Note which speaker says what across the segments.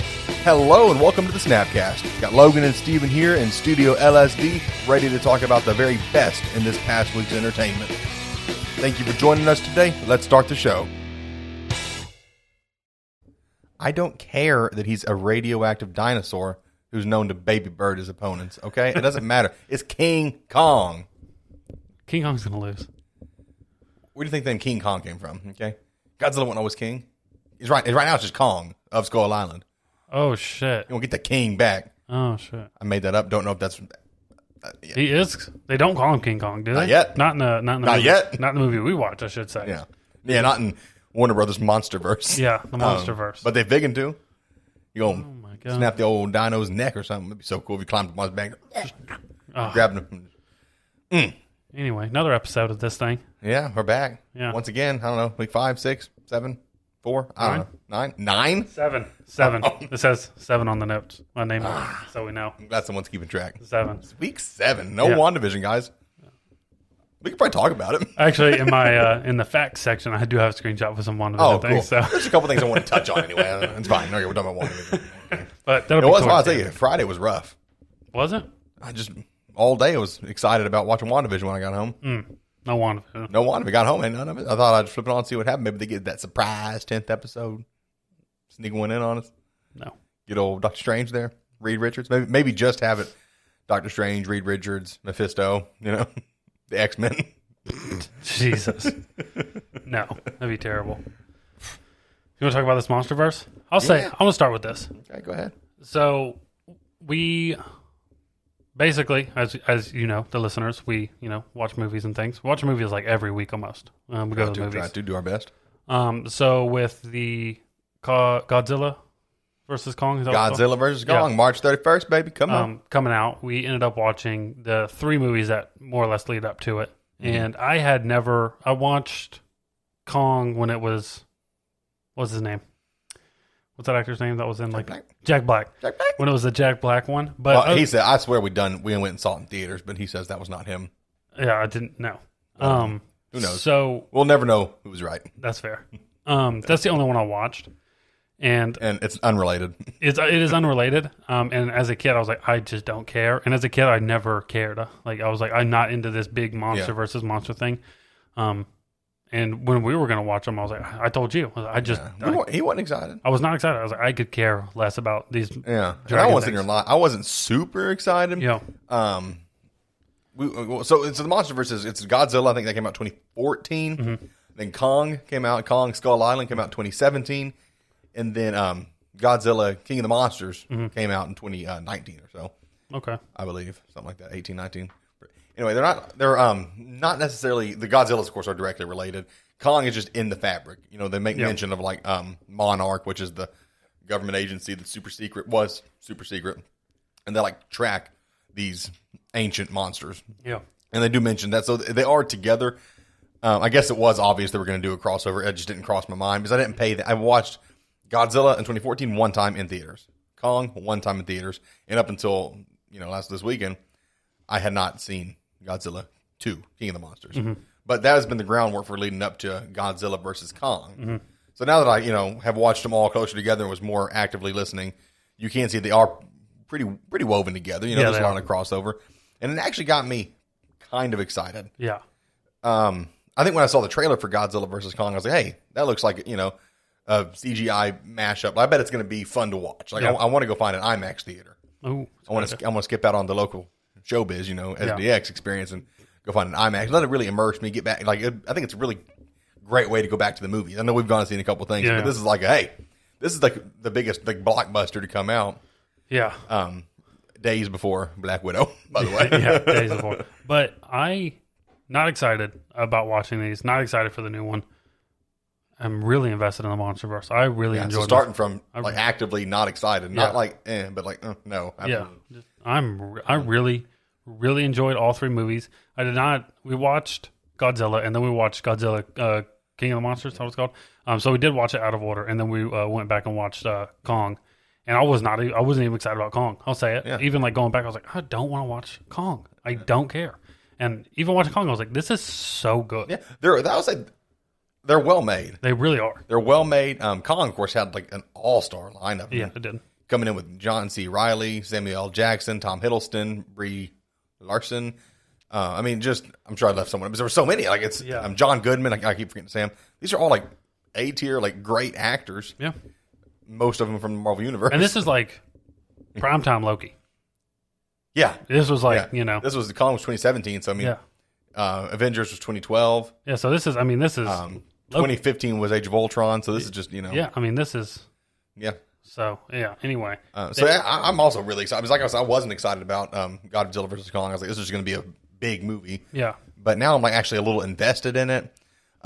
Speaker 1: Hello and welcome to the Snapcast. Got Logan and Steven here in Studio LSD, ready to talk about the very best in this past week's entertainment. Thank you for joining us today. Let's start the show. I don't care that he's a radioactive dinosaur who's known to baby bird his opponents, okay? It doesn't matter. It's King Kong.
Speaker 2: King Kong's gonna lose.
Speaker 1: Where do you think then King Kong came from? Okay, Godzilla wasn't always king. He's right. Right now it's just Kong of Skull Island.
Speaker 2: Oh shit.
Speaker 1: You will get the king back.
Speaker 2: Oh shit.
Speaker 1: I made that up. Don't know if that's uh,
Speaker 2: He is. They don't call him King Kong, do they?
Speaker 1: Not yet.
Speaker 2: Not in the. Not in the.
Speaker 1: Not
Speaker 2: movie.
Speaker 1: yet.
Speaker 2: Not in the movie we watch. I should say.
Speaker 1: yeah, yeah. Not in Warner Brothers MonsterVerse.
Speaker 2: Yeah. The MonsterVerse.
Speaker 1: but they big into. You gonna
Speaker 2: oh my god.
Speaker 1: snap the old dino's neck or something? It'd be so cool if you climbed up on his back, grabbing him.
Speaker 2: Anyway, another episode of this thing.
Speaker 1: Yeah, we're back.
Speaker 2: Yeah.
Speaker 1: Once again, I don't know. Like five, six, seven, four. I don't know. Nine, nine.
Speaker 2: Seven. Seven.
Speaker 1: Oh.
Speaker 2: It says seven on the notes. My name.
Speaker 1: Ah.
Speaker 2: is so we know.
Speaker 1: That's the one's keeping track.
Speaker 2: Seven.
Speaker 1: Week seven. No
Speaker 2: Yeah.
Speaker 1: WandaVision, guys. We could probably talk about it.
Speaker 2: Actually, in my uh, in the facts section, I do have a screenshot for some one of
Speaker 1: Oh, cool.
Speaker 2: the things. So,
Speaker 1: There's a couple things I want to touch on anyway. It's fine. Okay, we're done with WandaVision.
Speaker 2: but that'll
Speaker 1: It
Speaker 2: be
Speaker 1: was,
Speaker 2: towards
Speaker 1: I'll
Speaker 2: the
Speaker 1: tell you,
Speaker 2: end.
Speaker 1: Friday was rough.
Speaker 2: Was it?
Speaker 1: I just, all day I was excited about watching WandaVision when I got home.
Speaker 2: Mm. No one. of
Speaker 1: No WandaVision. Got home and none of it. I thought I'd flip it on and see what happened. Maybe they get that surprise 10th episode. Sneak one in on us.
Speaker 2: No.
Speaker 1: Get old Doctor Strange there. Reed Richards. Maybe, maybe just have it Doctor Strange, Reed Richards, Mephisto, you know, the X Men.
Speaker 2: Jesus. no, that'd be terrible. You want to talk about this MonsterVerse? I'll say.
Speaker 1: Yeah.
Speaker 2: I'm gonna start with this.
Speaker 1: Okay, go ahead.
Speaker 2: so we basically as as you know the listeners we you know watch movies and things watch movies like every week almost um, we go to the
Speaker 1: Do, try
Speaker 2: movies
Speaker 1: to do our best.
Speaker 2: um so with the Go- godzilla versus kong is that what it's called?
Speaker 1: Godzilla versus Kong, March 31st, baby. Come on.
Speaker 2: um, coming out we ended up watching the three movies that more or less lead up to it and i had never i watched kong when it was what's his name what's that actor's name that was in like
Speaker 1: Black.
Speaker 2: jack black
Speaker 1: Jack Black.
Speaker 2: when it was the Jack Black one. But
Speaker 1: Well,
Speaker 2: uh,
Speaker 1: he said, "I swear we done. We went and saw it in theaters, but he says that was not him.
Speaker 2: yeah, I didn't know. Um,
Speaker 1: Oh. Who knows?
Speaker 2: So
Speaker 1: We'll never know who was right,
Speaker 2: that's fair. Um, that's the only one I watched, and
Speaker 1: and it's unrelated.
Speaker 2: it's it is unrelated. Um, and as a kid, I was like, I just don't care. And as a kid, I never cared. Like I was like, I'm not into this big monster
Speaker 1: Yeah.
Speaker 2: versus monster thing. Um, and when we were gonna watch them, I was like, I told you, I, was like, I just.
Speaker 1: We weren't- he wasn't excited.
Speaker 2: I was not excited. I was like, I could care less about these.
Speaker 1: Yeah, and I
Speaker 2: Dragon
Speaker 1: wasn't in line. I wasn't super excited.
Speaker 2: You know,
Speaker 1: Um, we, uh, well, so it's the MonsterVerse is it's Godzilla. I think that came out 2014. Then Kong came out. Kong Skull Island came out 2017, and then um, Godzilla King of the Monsters came out in 2019 or so.
Speaker 2: okay.
Speaker 1: I believe something like that, eighteen, nineteen. Anyway, they're not they're um not necessarily the Godzillas, of course, are directly related. Kong is just in the fabric. You know, they make mention of like um Monarch, which is the government agency that's super secret was super secret, and they like track these ancient monsters,
Speaker 2: Yeah.
Speaker 1: and they do mention that. So they are together. Um, I guess it was obvious they were going to do a crossover. It just didn't cross my mind because I didn't pay. That. I watched Godzilla in 2014 one time in theaters, Kong one time in theaters, and up until you know last this weekend, I had not seen Godzilla 2, King of the Monsters.
Speaker 2: Mm-hmm.
Speaker 1: But that has been the groundwork for leading up to Godzilla versus Kong.
Speaker 2: Mm-hmm.
Speaker 1: So now that I, you know, have watched them all closer together and was more actively listening, you can see they are pretty pretty woven together. You know,
Speaker 2: Yeah,
Speaker 1: there's a
Speaker 2: they
Speaker 1: lot of crossover. And it actually got me kind of excited.
Speaker 2: Yeah.
Speaker 1: Um, I think when I saw the trailer for Godzilla versus Kong, I was like, hey, that looks like, you know, a CGI mashup. I bet it's going to be fun to watch. Like, I,
Speaker 2: Yeah.
Speaker 1: I want to go find an IMAX theater.
Speaker 2: Oh.
Speaker 1: I want to I want to skip out on the local showbiz, you know, SDX experience and go find an IMAX. Let it really immerse me. Get back. Like it, I think it's a really great way to go back to the movies. I know we've gone and seen a couple things,
Speaker 2: Yeah.
Speaker 1: but this is like, hey, this is like the biggest like blockbuster to come out
Speaker 2: Yeah.
Speaker 1: um, days before Black Widow. By the way,
Speaker 2: yeah, days before. But I not excited about watching these. Not excited for the new one. I'm really invested in the MonsterVerse. I really
Speaker 1: Yeah,
Speaker 2: enjoyed
Speaker 1: so
Speaker 2: this.
Speaker 1: starting from like actively not excited, not
Speaker 2: Yeah.
Speaker 1: like eh, but like uh, no, I-
Speaker 2: Yeah, just- I'm. re- I really, really enjoyed all three movies. I did not. We watched Godzilla, and then we watched Godzilla uh, King of the Monsters. That's what it's called. Um, so we did watch it out of order, and then we uh, went back and watched uh, Kong. And I was not. e- I wasn't even excited about Kong. I'll say it.
Speaker 1: Yeah.
Speaker 2: Even like going back, I was like, I don't want to watch Kong. I don't care. And even watching Kong, I was like, this is so good.
Speaker 1: yeah. They're that was like they're well made.
Speaker 2: They really are.
Speaker 1: They're well made. Um, Kong, of course, had like an all star lineup.
Speaker 2: Yeah, it did.
Speaker 1: coming in with John C. Riley, Samuel L. Jackson, Tom Hiddleston, Brie Larson. Uh, I mean, just I'm sure I left someone, but there were so many. Like it's
Speaker 2: Yeah.
Speaker 1: um, John Goodman. I, I keep forgetting Sam. These are all like A tier, like great actors.
Speaker 2: Yeah.
Speaker 1: Most of them from the Marvel Universe.
Speaker 2: And this is like primetime Loki.
Speaker 1: yeah,
Speaker 2: This was like,
Speaker 1: Yeah.
Speaker 2: you know.
Speaker 1: this was the column was 2017. So I mean,
Speaker 2: yeah.
Speaker 1: uh, Avengers was 2012.
Speaker 2: Yeah. So this is, I mean, this is,
Speaker 1: Um, 2015 was Age of Ultron. So this is just you know,
Speaker 2: yeah. I mean, this is,
Speaker 1: yeah.
Speaker 2: so yeah. Anyway.
Speaker 1: Uh, so yeah, I, I'm also really excited. Because like I was, I wasn't excited about um, Godzilla versus Kong. I was like, this is going to be a big movie.
Speaker 2: Yeah.
Speaker 1: But now I'm like actually a little invested in it.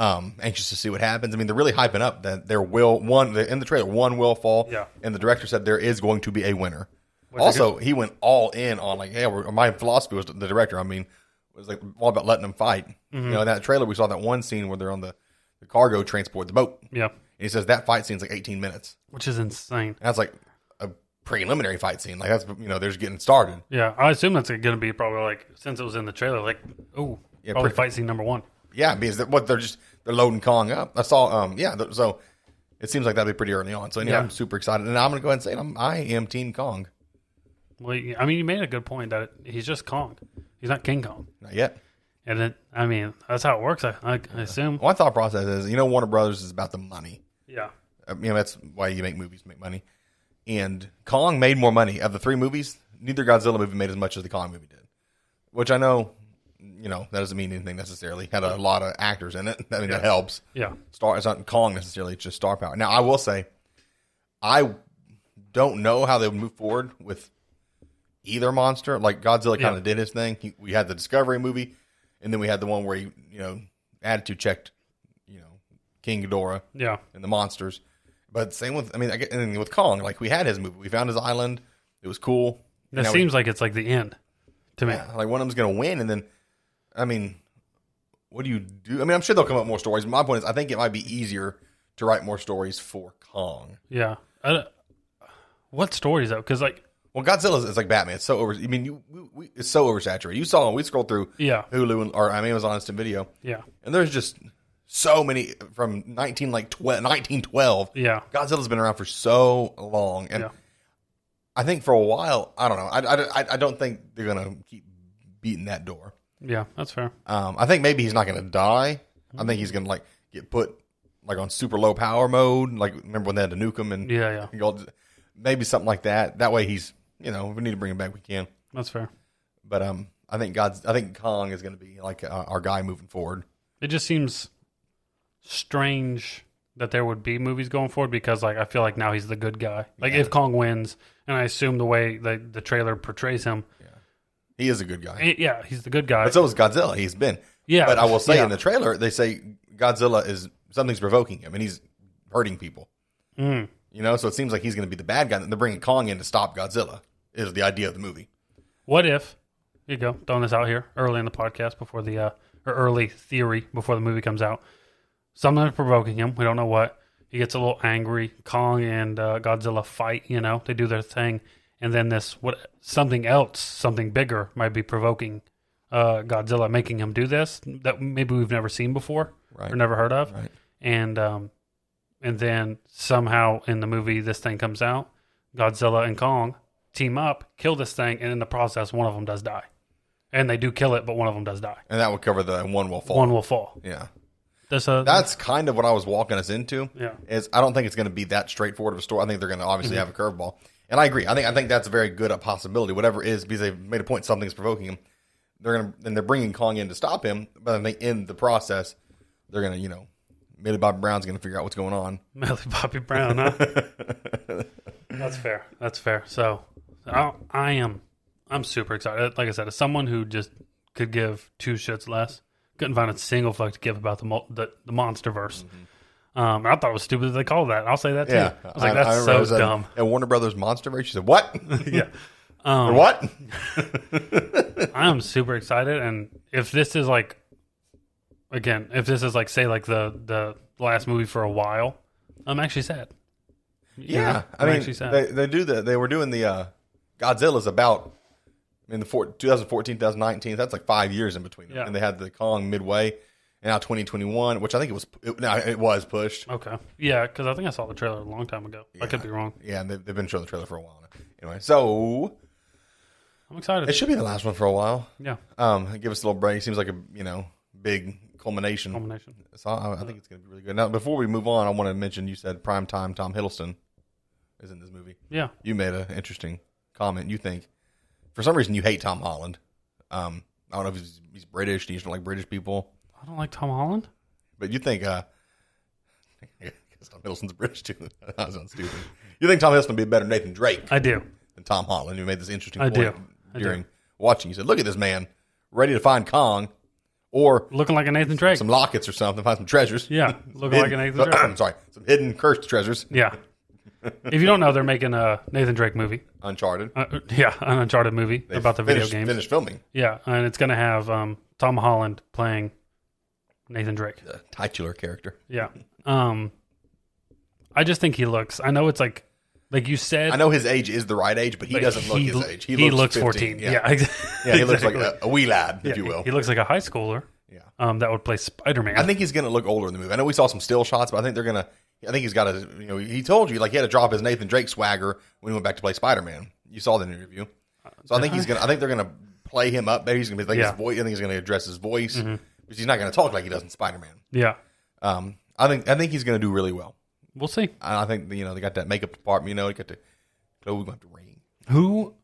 Speaker 1: Um, anxious to see what happens. I mean, they're really hyping up that there will one the, in the trailer one will fall.
Speaker 2: Yeah.
Speaker 1: And the director said there is going to be a winner.
Speaker 2: a
Speaker 1: also, he went all in on like, yeah, we're, my philosophy was the director. I mean, was like all about letting them fight.
Speaker 2: Mm-hmm.
Speaker 1: You know, in that trailer we saw that one scene where they're on the, the cargo transport, the boat, and
Speaker 2: Yeah.
Speaker 1: he says that fight scene's like 18 minutes.
Speaker 2: Which is insane.
Speaker 1: And that's like a preliminary fight scene. Like that's you know, they're just getting started.
Speaker 2: Yeah. I assume that's going to be probably like, since it was in the trailer, like, oh,
Speaker 1: Yeah,
Speaker 2: probably
Speaker 1: pretty-
Speaker 2: fight scene number one.
Speaker 1: Yeah, because they're, what they're just they're loading Kong up. I saw. Um, yeah. th- So it seems like that'd be pretty early on. So anyway,
Speaker 2: Yeah.
Speaker 1: I'm super excited, and I'm gonna go ahead and say it, I'm, I am Team Kong.
Speaker 2: Well, you- I mean, you made a good point that he's just Kong. He's not King Kong.
Speaker 1: Not yet.
Speaker 2: And then, I mean, that's how it works, I,
Speaker 1: Uh,
Speaker 2: I, I assume.
Speaker 1: My thought process is, you know, Warner Brothers is about the money.
Speaker 2: Yeah.
Speaker 1: I mean, that's why you make movies, make money. And Kong made more money of the three movies. Neither Godzilla movie made as much as the Kong movie did, which I know, you know, that doesn't mean anything necessarily. Had a lot of actors in it. I mean, that helps.
Speaker 2: Yeah.
Speaker 1: star it's not Kong necessarily, it's just star power. Now I will say I don't know how they would move forward with either monster. Like Godzilla kind
Speaker 2: Yeah.
Speaker 1: of did his thing. He, we had the Discovery movie, and then we had the one where he, you know, attitude checked, you know, King Ghidorah
Speaker 2: Yeah.
Speaker 1: and the monsters. But same with I mean, I get, and with Kong, like we had his movie. We found his island. It was cool.
Speaker 2: That
Speaker 1: Now we-
Speaker 2: seems like it's like the end to me.
Speaker 1: yeah, like one of them's going to win, and then, I mean, what do you do? I mean, I'm sure they'll come up with more stories. But my point is, I think it might be easier to write more stories for Kong.
Speaker 2: Yeah. I don't- what story is that? Because like,
Speaker 1: Well, Godzilla is like Batman. It's so over. I mean, you we, we, it's so oversaturated. You saw we scrolled through
Speaker 2: yeah,
Speaker 1: Hulu and, or I mean, Amazon Instant Video,
Speaker 2: yeah,
Speaker 1: and there's just so many from 19 like 12, 1912.
Speaker 2: yeah,
Speaker 1: Godzilla's been around for so long, and
Speaker 2: Yeah.
Speaker 1: I think for a while, I don't know. I, I, I- I don't think they're gonna keep beating that door.
Speaker 2: yeah. That's fair.
Speaker 1: Um, I think maybe he's not going to die. I think he's going to like get put like on super low power mode. Like remember when they had to nuke him and
Speaker 2: Yeah, yeah.
Speaker 1: and all- maybe something like that. That way he's you know if we need to bring him back we can.
Speaker 2: That's fair.
Speaker 1: But um, I think God's I think Kong is going to be like uh, our guy moving forward.
Speaker 2: It just seems strange that there would be movies going forward because like I feel like now he's the good guy. Like if Kong wins, and I assume the way like the trailer portrays him,
Speaker 1: He is a good guy.
Speaker 2: eh, yeah, he's the good guy.
Speaker 1: But so is Godzilla. He's been
Speaker 2: Yeah,
Speaker 1: But I will say
Speaker 2: yeah.
Speaker 1: in the trailer they say Godzilla is something's provoking him and he's hurting people.
Speaker 2: Mm.
Speaker 1: You know, so it seems like he's going to be the bad guy. And they're bringing Kong in to stop Godzilla. Is the idea of the movie?
Speaker 2: What if here you go throwing this out here early in the podcast before the uh, or early theory before the movie comes out? Something provoking him. We don't know what. He gets a little angry. Kong and uh, Godzilla fight. You know they do their thing, and then this what something else, something bigger might be provoking uh, Godzilla, making him do this that maybe we've never seen before
Speaker 1: Right.
Speaker 2: or never heard of.
Speaker 1: Right.
Speaker 2: And um, and then somehow in the movie this thing comes out. Godzilla and Kong team up, kill this thing, and in the process, one of them does die. And they do kill it, but one of them does die.
Speaker 1: And that would cover the one will fall.
Speaker 2: One will fall.
Speaker 1: Yeah.
Speaker 2: That's a
Speaker 1: that's kind of what I was walking us into.
Speaker 2: Yeah.
Speaker 1: Is I don't think it's going to be that straightforward of a story. I think they're going to obviously
Speaker 2: Mm-hmm.
Speaker 1: have a curveball, and I agree. I think I think that's very good a possibility. Whatever it is, because they've made a point, something's provoking him. They're going to, and they're bringing Kong in to stop him. But I think in the process, they're going to, you know, Millie Bob Brown's going to figure out what's going on.
Speaker 2: Millie Bobby Brown, huh? that's fair. That's fair. So I, I am, I'm super excited. Like I said, as someone who just could give two shits less, couldn't find a single fuck to give about the mul- the, the monster verse. Um, I thought it was stupid that they called that. I'll say that too. I was like, that's
Speaker 1: remember it
Speaker 2: so
Speaker 1: was at-
Speaker 2: dumb.
Speaker 1: At Warner Brothers Monsterverse, she said, "What?
Speaker 2: yeah. Um,
Speaker 1: Or what?
Speaker 2: I am super excited, and if this is like, again, if this is like, say, like the the last movie for a while, I'm actually sad. You
Speaker 1: Yeah,
Speaker 2: know?
Speaker 1: I
Speaker 2: I'm
Speaker 1: mean,
Speaker 2: actually sad.
Speaker 1: they, they do that. They were doing the uh, Godzilla's about in the four, 2014, 2019. That's like five years in between them.
Speaker 2: Yeah.
Speaker 1: And they had the Kong midway, and now 2021, which I think it was it, no, it was pushed.
Speaker 2: Okay. Yeah, because I think I saw the trailer a long time ago. I could be wrong.
Speaker 1: Yeah, and they, they've been showing the trailer for a while now. Anyway, so
Speaker 2: I'm
Speaker 1: it
Speaker 2: excited.
Speaker 1: should be the last one for a while.
Speaker 2: yeah.
Speaker 1: Um, give us a little break. Seems like a you know big culmination.
Speaker 2: Combination.
Speaker 1: So I, I think it's going to be really good. Now, before we move on, I want to mention you said prime time Tom Hiddleston is in this movie.
Speaker 2: Yeah.
Speaker 1: You made an interesting comment. You think for some reason you hate Tom Holland. Um, I don't know if he's, he's British. Do you just don't like British people?
Speaker 2: I don't like Tom Holland.
Speaker 1: But you think uh, I guess Tom Hiddleston's British too. that sounds stupid. You think Tom Hiddleston would be a better Nathan Drake
Speaker 2: I do.
Speaker 1: than Tom Holland? You made this interesting
Speaker 2: I
Speaker 1: point
Speaker 2: do. I do.
Speaker 1: during watching. You said, "Look at this man, ready to find Kong, or
Speaker 2: Looking like a Nathan Drake.
Speaker 1: some lockets or something, find some treasures."
Speaker 2: yeah. Looking like a
Speaker 1: Hidden-
Speaker 2: Nathan Drake.
Speaker 1: I'm sorry, some hidden cursed treasures,
Speaker 2: Yeah. If you don't know, they're making a Nathan Drake movie.
Speaker 1: Uncharted.
Speaker 2: Uh, yeah, an Uncharted movie
Speaker 1: They
Speaker 2: about the video
Speaker 1: finished-
Speaker 2: game.
Speaker 1: Finished filming.
Speaker 2: Yeah, and it's going to have um, Tom Holland playing Nathan Drake.
Speaker 1: The titular character.
Speaker 2: Yeah. Um, I just think he looks. I know it's like, like you said.
Speaker 1: I know his age is the right age, but he
Speaker 2: like,
Speaker 1: doesn't look his age. He, looks, 15.
Speaker 2: 14. Yeah.
Speaker 1: Yeah.
Speaker 2: ex-
Speaker 1: Yeah, he looks like
Speaker 2: exactly.
Speaker 1: a, a wee lad, if
Speaker 2: Yeah,
Speaker 1: you will.
Speaker 2: He looks like a high schooler.
Speaker 1: Yeah.
Speaker 2: Um, that would play Spider
Speaker 1: I
Speaker 2: Man.
Speaker 1: think he's going to look older in the movie. I know we saw some still shots, but I think they're going to. I think he's got a. You know, he told you like he had to drop his Nathan Drake swagger when he went back to play Spider Man. You saw that in the interview. So I think he's going. to I think they're going to play him up. Maybe he's going to be like
Speaker 2: Yeah.
Speaker 1: his voice. I think he's going to address his voice because he's not going to talk like he does in Spider Man.
Speaker 2: Yeah.
Speaker 1: Um, I think I think he's going to do really well.
Speaker 2: We'll see.
Speaker 1: And I think you know they got that makeup department. You know, they got oh, the Chloe got the ring.
Speaker 2: Who?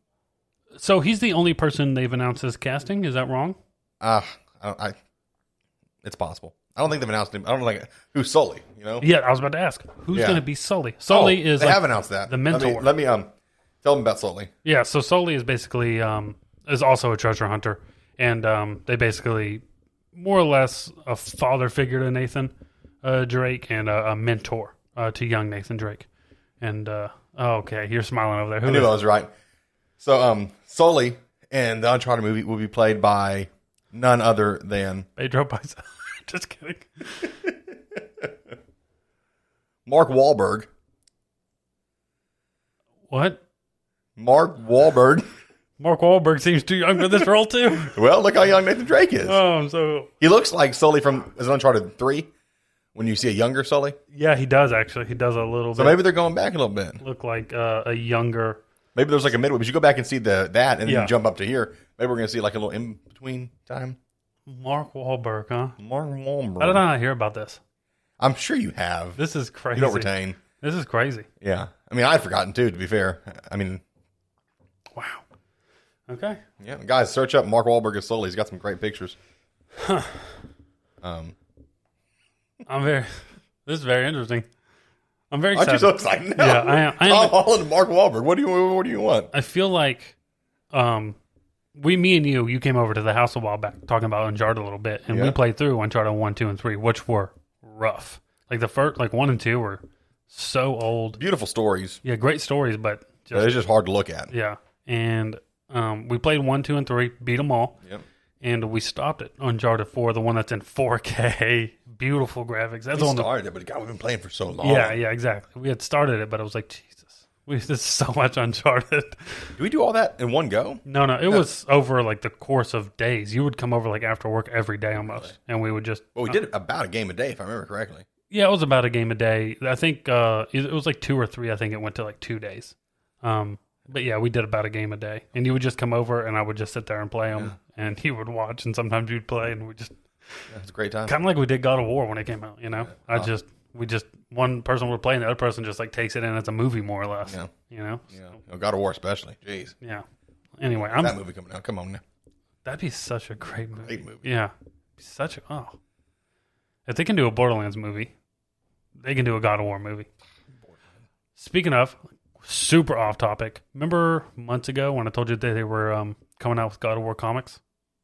Speaker 2: So he's the only person they've announced as casting. Is that wrong?
Speaker 1: Uh, I, don't- I, it's possible. I don't think they've announced him. I don't like who's Sully. You know,
Speaker 2: Yeah, I was about to ask. Who's
Speaker 1: Yeah.
Speaker 2: going to be Sully? Sully
Speaker 1: Oh,
Speaker 2: is
Speaker 1: they
Speaker 2: like-
Speaker 1: have announced that
Speaker 2: the
Speaker 1: Let me-
Speaker 2: mentor.
Speaker 1: Let me, um tell them about Sully.
Speaker 2: Yeah, so Sully is basically um, is also a treasure hunter, and um, they basically more or less a father figure to Nathan uh, Drake and a, a mentor uh, to young Nathan Drake. And uh, oh, okay, you're smiling over there.
Speaker 1: I
Speaker 2: Who
Speaker 1: knew
Speaker 2: is
Speaker 1: I was right. So um Sully in the Uncharted movie will be played by none other than
Speaker 2: Pedro Paisa? Just kidding.
Speaker 1: Mark Wahlberg.
Speaker 2: What?
Speaker 1: Mark Wahlberg.
Speaker 2: Mark Wahlberg seems too young for this role too.
Speaker 1: well, look how young Nathan Drake is.
Speaker 2: Um, so
Speaker 1: he looks like Sully from is it Uncharted three when you see a younger Sully.
Speaker 2: yeah, he does actually. He does a little
Speaker 1: So
Speaker 2: bit
Speaker 1: maybe they're going back a little bit.
Speaker 2: look like uh, a younger.
Speaker 1: Maybe there's like a midway. But you go back and see the that, and then
Speaker 2: Yeah.
Speaker 1: you jump up to here. Maybe we're gonna see like a little in between time.
Speaker 2: Mark Wahlberg, huh?
Speaker 1: Mark Wahlberg.
Speaker 2: How did I not hear about this?
Speaker 1: I'm sure you have.
Speaker 2: This is crazy.
Speaker 1: You don't retain.
Speaker 2: This is crazy.
Speaker 1: Yeah, I mean, I'd forgotten too. To be fair, I mean,
Speaker 2: Wow. Okay.
Speaker 1: yeah, guys, search up Mark Wahlberg as Sully. He's got some great pictures. Um,
Speaker 2: I'm very. This is very interesting. I'm very
Speaker 1: aren't you
Speaker 2: excited.
Speaker 1: so Oh. excited? Now?
Speaker 2: Yeah, I am- I
Speaker 1: Tom
Speaker 2: am-
Speaker 1: Holland, and Mark Wahlberg. What do you? What do you want?
Speaker 2: I feel like, um, we, me, and you, you came over to the house a while back talking about Uncharted a little bit, and we
Speaker 1: Yeah.
Speaker 2: played through Uncharted one, two, and three, which were rough. Like the first, like one and two were so old.
Speaker 1: Beautiful stories.
Speaker 2: Yeah, great stories, but
Speaker 1: but
Speaker 2: just
Speaker 1: It's just hard to look at.
Speaker 2: yeah. And um, we played one, two, and three, beat them all.
Speaker 1: Yep.
Speaker 2: And we stopped at Uncharted 4, the one that's in 4K. Beautiful graphics. That's the
Speaker 1: We
Speaker 2: one that
Speaker 1: started it, but God, we've been playing for so long.
Speaker 2: Yeah, yeah, exactly. We had started it, but I was like, Jesus, we this is so much Uncharted.
Speaker 1: Do we do all that in one go?
Speaker 2: No, no, it was over like the course of days. You would come over like after work every day almost, and we would just.
Speaker 1: Well, we did about a game a day, if I remember correctly.
Speaker 2: Yeah, it was about a game a day. I think uh, it it was like two or three. I think it went to like two days. Um, but yeah, we did about a game a day, and you would just come over, and I would just sit there and play them, and he would watch, and sometimes you'd play, and we just
Speaker 1: Yeah, it's a great time.
Speaker 2: kind of like we did God of War when it came out. You know, I just we just one person would play, and the other person just like takes it in as a movie more or less.
Speaker 1: Yeah.
Speaker 2: You know,
Speaker 1: Yeah. Oh, God of War, especially. Jeez,
Speaker 2: Yeah. Anyway, I'm
Speaker 1: that movie coming out. Come on now.
Speaker 2: that'd be such a great movie.
Speaker 1: Great movie.
Speaker 2: Yeah. Such a oh. If they can do a Borderlands movie, they can do a God of War movie. Speaking of, super off topic. Remember months ago when I told you that they were um, coming out with God of War comics?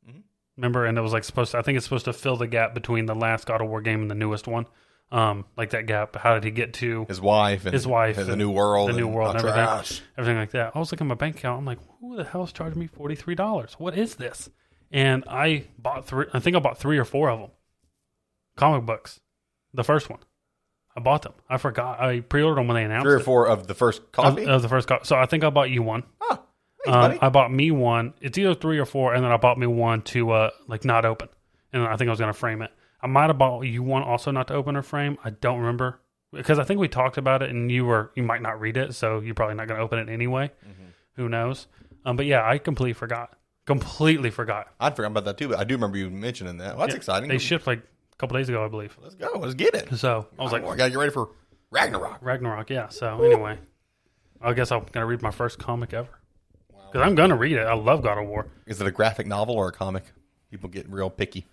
Speaker 1: Mhm.
Speaker 2: Remember, and it was like supposed. To, I think it's supposed to fill the gap between the last God of War game and the newest one. Um, like that gap. How did he get to
Speaker 1: His wife and
Speaker 2: His wife
Speaker 1: and the
Speaker 2: and
Speaker 1: new world,
Speaker 2: the new
Speaker 1: and-
Speaker 2: world
Speaker 1: oh,
Speaker 2: and everything.
Speaker 1: trash.
Speaker 2: everything like that. I was looking at my bank account. I'm like, who the hell's charging me forty three dollars? What is this? And I bought three. I think I bought three or four of them. Comic books, the first one. I bought them. I forgot. I pre-ordered them when they announced
Speaker 1: Three or
Speaker 2: it.
Speaker 1: four of the first
Speaker 2: Of-
Speaker 1: copy.
Speaker 2: of the first co- So I think I bought you one.
Speaker 1: Huh. Thanks,
Speaker 2: Um,
Speaker 1: buddy.
Speaker 2: I bought me uh, one. It's either three or four, and then I bought me one to uh, like not open, and I think I was gonna frame it. I might have bought you one also not to open or frame. I don't remember because I think we talked about it and you were you might not read it, so you're probably not going to open it anyway.
Speaker 1: Mm-hmm.
Speaker 2: Who knows? Um, but yeah, I completely forgot. Completely forgot.
Speaker 1: I'd forgotten about that too, but I do remember you mentioning that. Well, that's exciting.
Speaker 2: They shipped like a couple days ago, I believe.
Speaker 1: Let's go. Let's get it.
Speaker 2: So I was like,
Speaker 1: Oh, I gotta get ready for Ragnarok.
Speaker 2: Ragnarok, yeah. So anyway, I guess I'm gonna read my first comic ever because I'm gonna read it. I love God of War.
Speaker 1: Is it a graphic novel or a comic? People get real picky.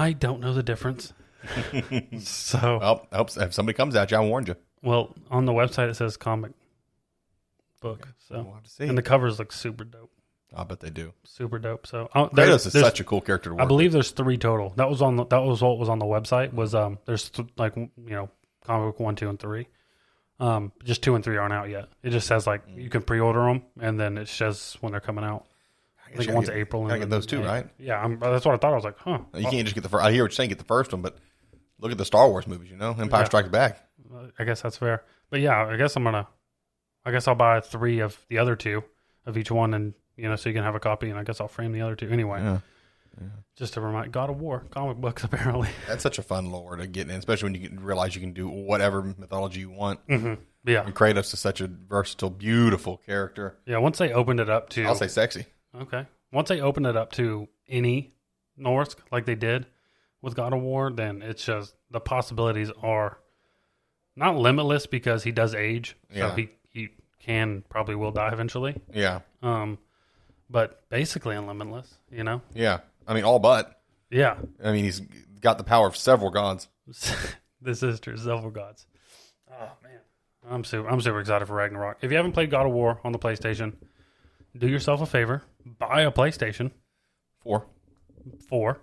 Speaker 2: I don't know the difference. so
Speaker 1: Well, I hope if somebody comes at you, I warned you.
Speaker 2: well, on the website it says comic book.
Speaker 1: We'll
Speaker 2: So
Speaker 1: have to see.
Speaker 2: and the covers look super dope,
Speaker 1: I bet they do.
Speaker 2: super dope. So oh, there-
Speaker 1: Kratos is
Speaker 2: there's-
Speaker 1: such a cool character to work.
Speaker 2: I believe there's three total. That was on the, that was what was on the website was um there's th- like you know comic book one, two, and three. Um, just two and three aren't out yet. It just says like
Speaker 1: Mm.
Speaker 2: you can pre-order them, and then it says when they're coming out. I
Speaker 1: guess
Speaker 2: think
Speaker 1: you
Speaker 2: one's
Speaker 1: gotta get-
Speaker 2: April.
Speaker 1: gotta
Speaker 2: and
Speaker 1: get those two,
Speaker 2: May.
Speaker 1: right?
Speaker 2: Yeah, I'm, that's what I thought. I was like, huh.
Speaker 1: You can't just get the first. I hear what you're saying. Get the first one, but look at the Star Wars movies. You know, Empire
Speaker 2: Yeah.
Speaker 1: Strikes Back.
Speaker 2: I guess that's fair. But yeah, I guess I'm gonna. I guess I'll buy three of the other two of each one, and you know, so you can have a copy, and I guess I'll frame the other two anyway.
Speaker 1: Yeah.
Speaker 2: Just to remind, God of War comic books apparently.
Speaker 1: That's such a fun lore to get in, especially when you can realize you can do whatever mythology you want.
Speaker 2: yeah,
Speaker 1: And Kratos is such a versatile, beautiful character.
Speaker 2: yeah. Once they opened it up to,
Speaker 1: I'll say sexy.
Speaker 2: Okay. Once they open it up to any Norsk, like they did with God of War, then it's just the possibilities are not limitless because he does age.
Speaker 1: Yeah.
Speaker 2: So he, he can probably will die eventually.
Speaker 1: Yeah,
Speaker 2: Um, but basically unlimitless, you know?
Speaker 1: yeah. I mean, all but.
Speaker 2: Yeah.
Speaker 1: I mean, he's got the power of several gods.
Speaker 2: this is true. Several gods. Oh man, I'm super. I'm super excited for Ragnarok. If you haven't played God of War on the PlayStation, do yourself a favor: buy a PlayStation
Speaker 1: Four.
Speaker 2: Four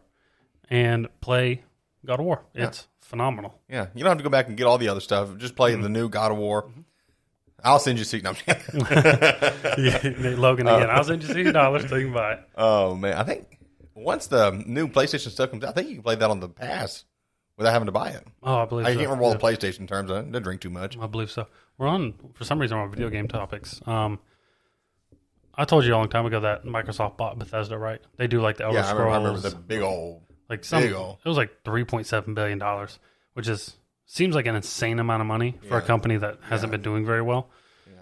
Speaker 2: and play God of War. It's phenomenal.
Speaker 1: Yeah, you don't have to go back and get all the other stuff. Just play the new God of War. I'll send you a seat. No, I'm kidding.
Speaker 2: Logan again. I'll send you sixty dollars so you can buy it.
Speaker 1: oh man, I think once the new PlayStation stuff comes out, I think you can play that on the pass without having to buy it.
Speaker 2: Oh, I believe
Speaker 1: I
Speaker 2: so.
Speaker 1: can't remember all the PlayStation terms. I didn't drink too much.
Speaker 2: I believe so. We're on for some reason we're on video game topics. Um, I told you a long time ago that Microsoft bought Bethesda, right? They do like the Elder
Speaker 1: Yeah, I remember,
Speaker 2: Scrolls.
Speaker 1: I remember the big old.
Speaker 2: like some
Speaker 1: Big ol'.
Speaker 2: it was like 3.7 billion dollars which is seems like an insane amount of money for a
Speaker 1: Yeah.
Speaker 2: company that hasn't been doing very well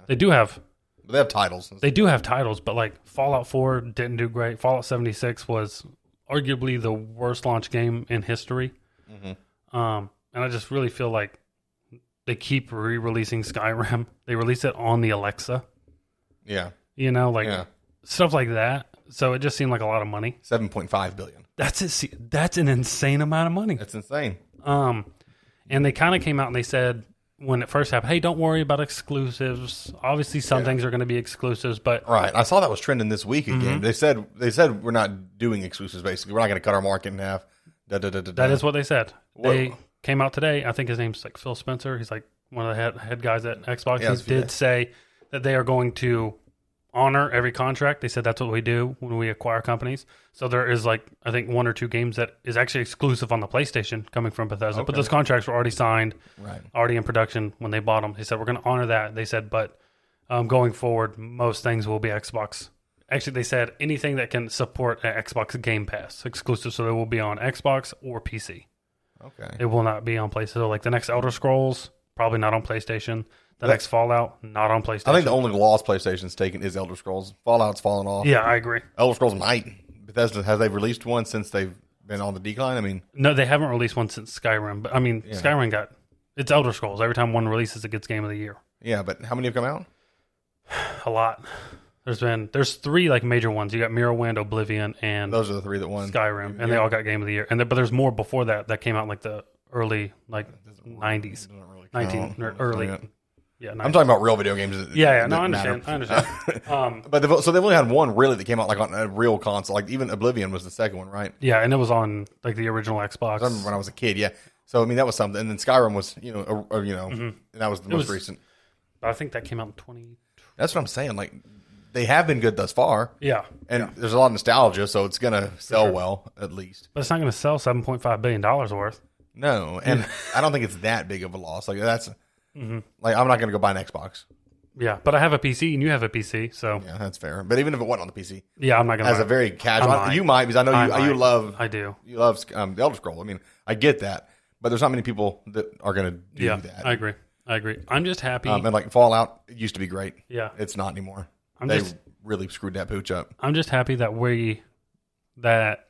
Speaker 2: they do have
Speaker 1: But they have titles.
Speaker 2: they do have titles but like fallout 4 didn't do great fallout 76 was arguably the worst launch game in history um, and i just really feel like they keep re-releasing skyrim they release it on the alexa
Speaker 1: yeah,
Speaker 2: you know like
Speaker 1: Yeah.
Speaker 2: stuff like that so it just seemed like a lot of money
Speaker 1: seven point five billion.
Speaker 2: that's it that's an insane amount of money
Speaker 1: That's insane.
Speaker 2: Um, and they kind of came out and they said when it first happened, "Hey, don't worry about exclusives. Obviously, some things are going to be exclusives, but
Speaker 1: Right. I saw that was trending this week again.
Speaker 2: Mm-hmm.
Speaker 1: They said they said we're not doing exclusives. Basically, we're not going to cut our market in half. Da, da, da, da,
Speaker 2: that
Speaker 1: da.
Speaker 2: is what they said."
Speaker 1: Whoa.
Speaker 2: They came out today. I think his name's like Phil Spencer. He's like one of the head, head guys at Xbox.
Speaker 1: Yeah,
Speaker 2: he
Speaker 1: it's-
Speaker 2: did say that they are going to honor every contract. They said that's what we do when we acquire companies. So there is like I think one or two games that is actually exclusive on the PlayStation coming from Bethesda, but
Speaker 1: Okay.
Speaker 2: those contracts were already signed.
Speaker 1: right.
Speaker 2: already in production when they bought them. They said we're going to honor that. They said, but um, going forward, most things will be Xbox. Actually, they said anything that can support an Xbox Game Pass exclusive, so they will be on Xbox or PC.
Speaker 1: Okay.
Speaker 2: It will not be on PlayStation. So, like the next Elder Scrolls, probably not on PlayStation. The
Speaker 1: That-
Speaker 2: next Fallout, not on PlayStation.
Speaker 1: I think the only loss PlayStation's taken is Elder Scrolls. Fallout's fallen off.
Speaker 2: yeah, I agree.
Speaker 1: Elder Scrolls might. Bethesda has they released one since they've been on the decline. I mean,
Speaker 2: No, they haven't released one since Skyrim. But I mean, Skyrim got it's Elder Scrolls. Every time one releases, it gets Game of the Year.
Speaker 1: yeah, but how many have come out?
Speaker 2: A lot. There's been there's three like major ones. You got Morrowind, Oblivion, and
Speaker 1: Those are the three that won.
Speaker 2: Skyrim, and they all got Game of the Year. And there, but there's more before that that came out in, like the early like 90s,
Speaker 1: Doesn't really count.
Speaker 2: 19 or early.
Speaker 1: Yeah.
Speaker 2: Yeah,
Speaker 1: I'm
Speaker 2: 90s.
Speaker 1: talking about real video games. that-
Speaker 2: yeah, yeah. No,
Speaker 1: that
Speaker 2: I understand.
Speaker 1: matter.
Speaker 2: I understand. um,
Speaker 1: But they've, so they've only had one really that came out like on a real console. Like even Oblivion was the second one, right?
Speaker 2: yeah, and it was on like the original
Speaker 1: I remember
Speaker 2: Xbox.
Speaker 1: when I was a kid. Yeah. So I mean that was something. And then Skyrim was you know a, a- you know and that was the most
Speaker 2: Mm-hmm. was-
Speaker 1: recent.
Speaker 2: I think that came out in 20.
Speaker 1: That's what I'm saying. Like they have been good thus far,
Speaker 2: Yeah,
Speaker 1: and there's a lot of nostalgia, so it's gonna sell well at least.
Speaker 2: but it's not going to sell 7.5 billion dollars worth. Mm-hmm.
Speaker 1: No, and I don't think it's that big of a loss. Like that's like I'm not gonna go buy an Xbox.
Speaker 2: yeah, but I have a PC and you have a PC, so yeah,
Speaker 1: Yeah, that's fair. But even if it wasn't on the PC,
Speaker 2: I'm not gonna.
Speaker 1: as
Speaker 2: buy
Speaker 1: a
Speaker 2: it.
Speaker 1: very casual,
Speaker 2: I might.
Speaker 1: you might because I know you
Speaker 2: I
Speaker 1: you
Speaker 2: might.
Speaker 1: love
Speaker 2: I do.
Speaker 1: you love um, the Elder Scroll. I mean, I get that, but there's not many people that are going to do
Speaker 2: Yeah,
Speaker 1: that.
Speaker 2: I agree. I agree. I'm just happy.
Speaker 1: um, and like Fallout, it used to be great.
Speaker 2: yeah,
Speaker 1: It's not anymore.
Speaker 2: I'm
Speaker 1: they
Speaker 2: just-
Speaker 1: really screwed that pooch up.
Speaker 2: I'm just happy that we that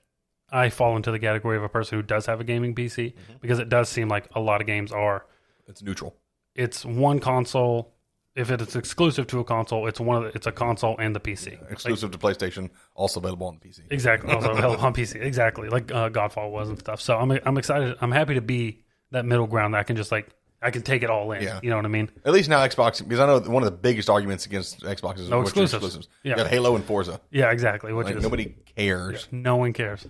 Speaker 2: I fall into the category of a person who does have a gaming PC
Speaker 1: Mm-hmm.
Speaker 2: because it does seem like a lot of games are.
Speaker 1: It's neutral.
Speaker 2: It's one console. If it's exclusive to a console, it's one of the, it's a console and the PC.
Speaker 1: Exclusive to PlayStation, also available on the PC.
Speaker 2: Exactly. Also available on PC. Exactly. Like uh, Godfall was and stuff. So I'm I'm excited. I'm happy to be that middle ground that I can just like I can take it all in.
Speaker 1: Yeah.
Speaker 2: You know what I mean?
Speaker 1: At least now Xbox, because I know that one of the biggest arguments against Xbox is
Speaker 2: No
Speaker 1: what's your
Speaker 2: exclusives.
Speaker 1: exclusives.
Speaker 2: Yeah.
Speaker 1: You got Halo and Forza.
Speaker 2: Yeah. Exactly. Which
Speaker 1: Like,
Speaker 2: is
Speaker 1: nobody cares.
Speaker 2: no one cares.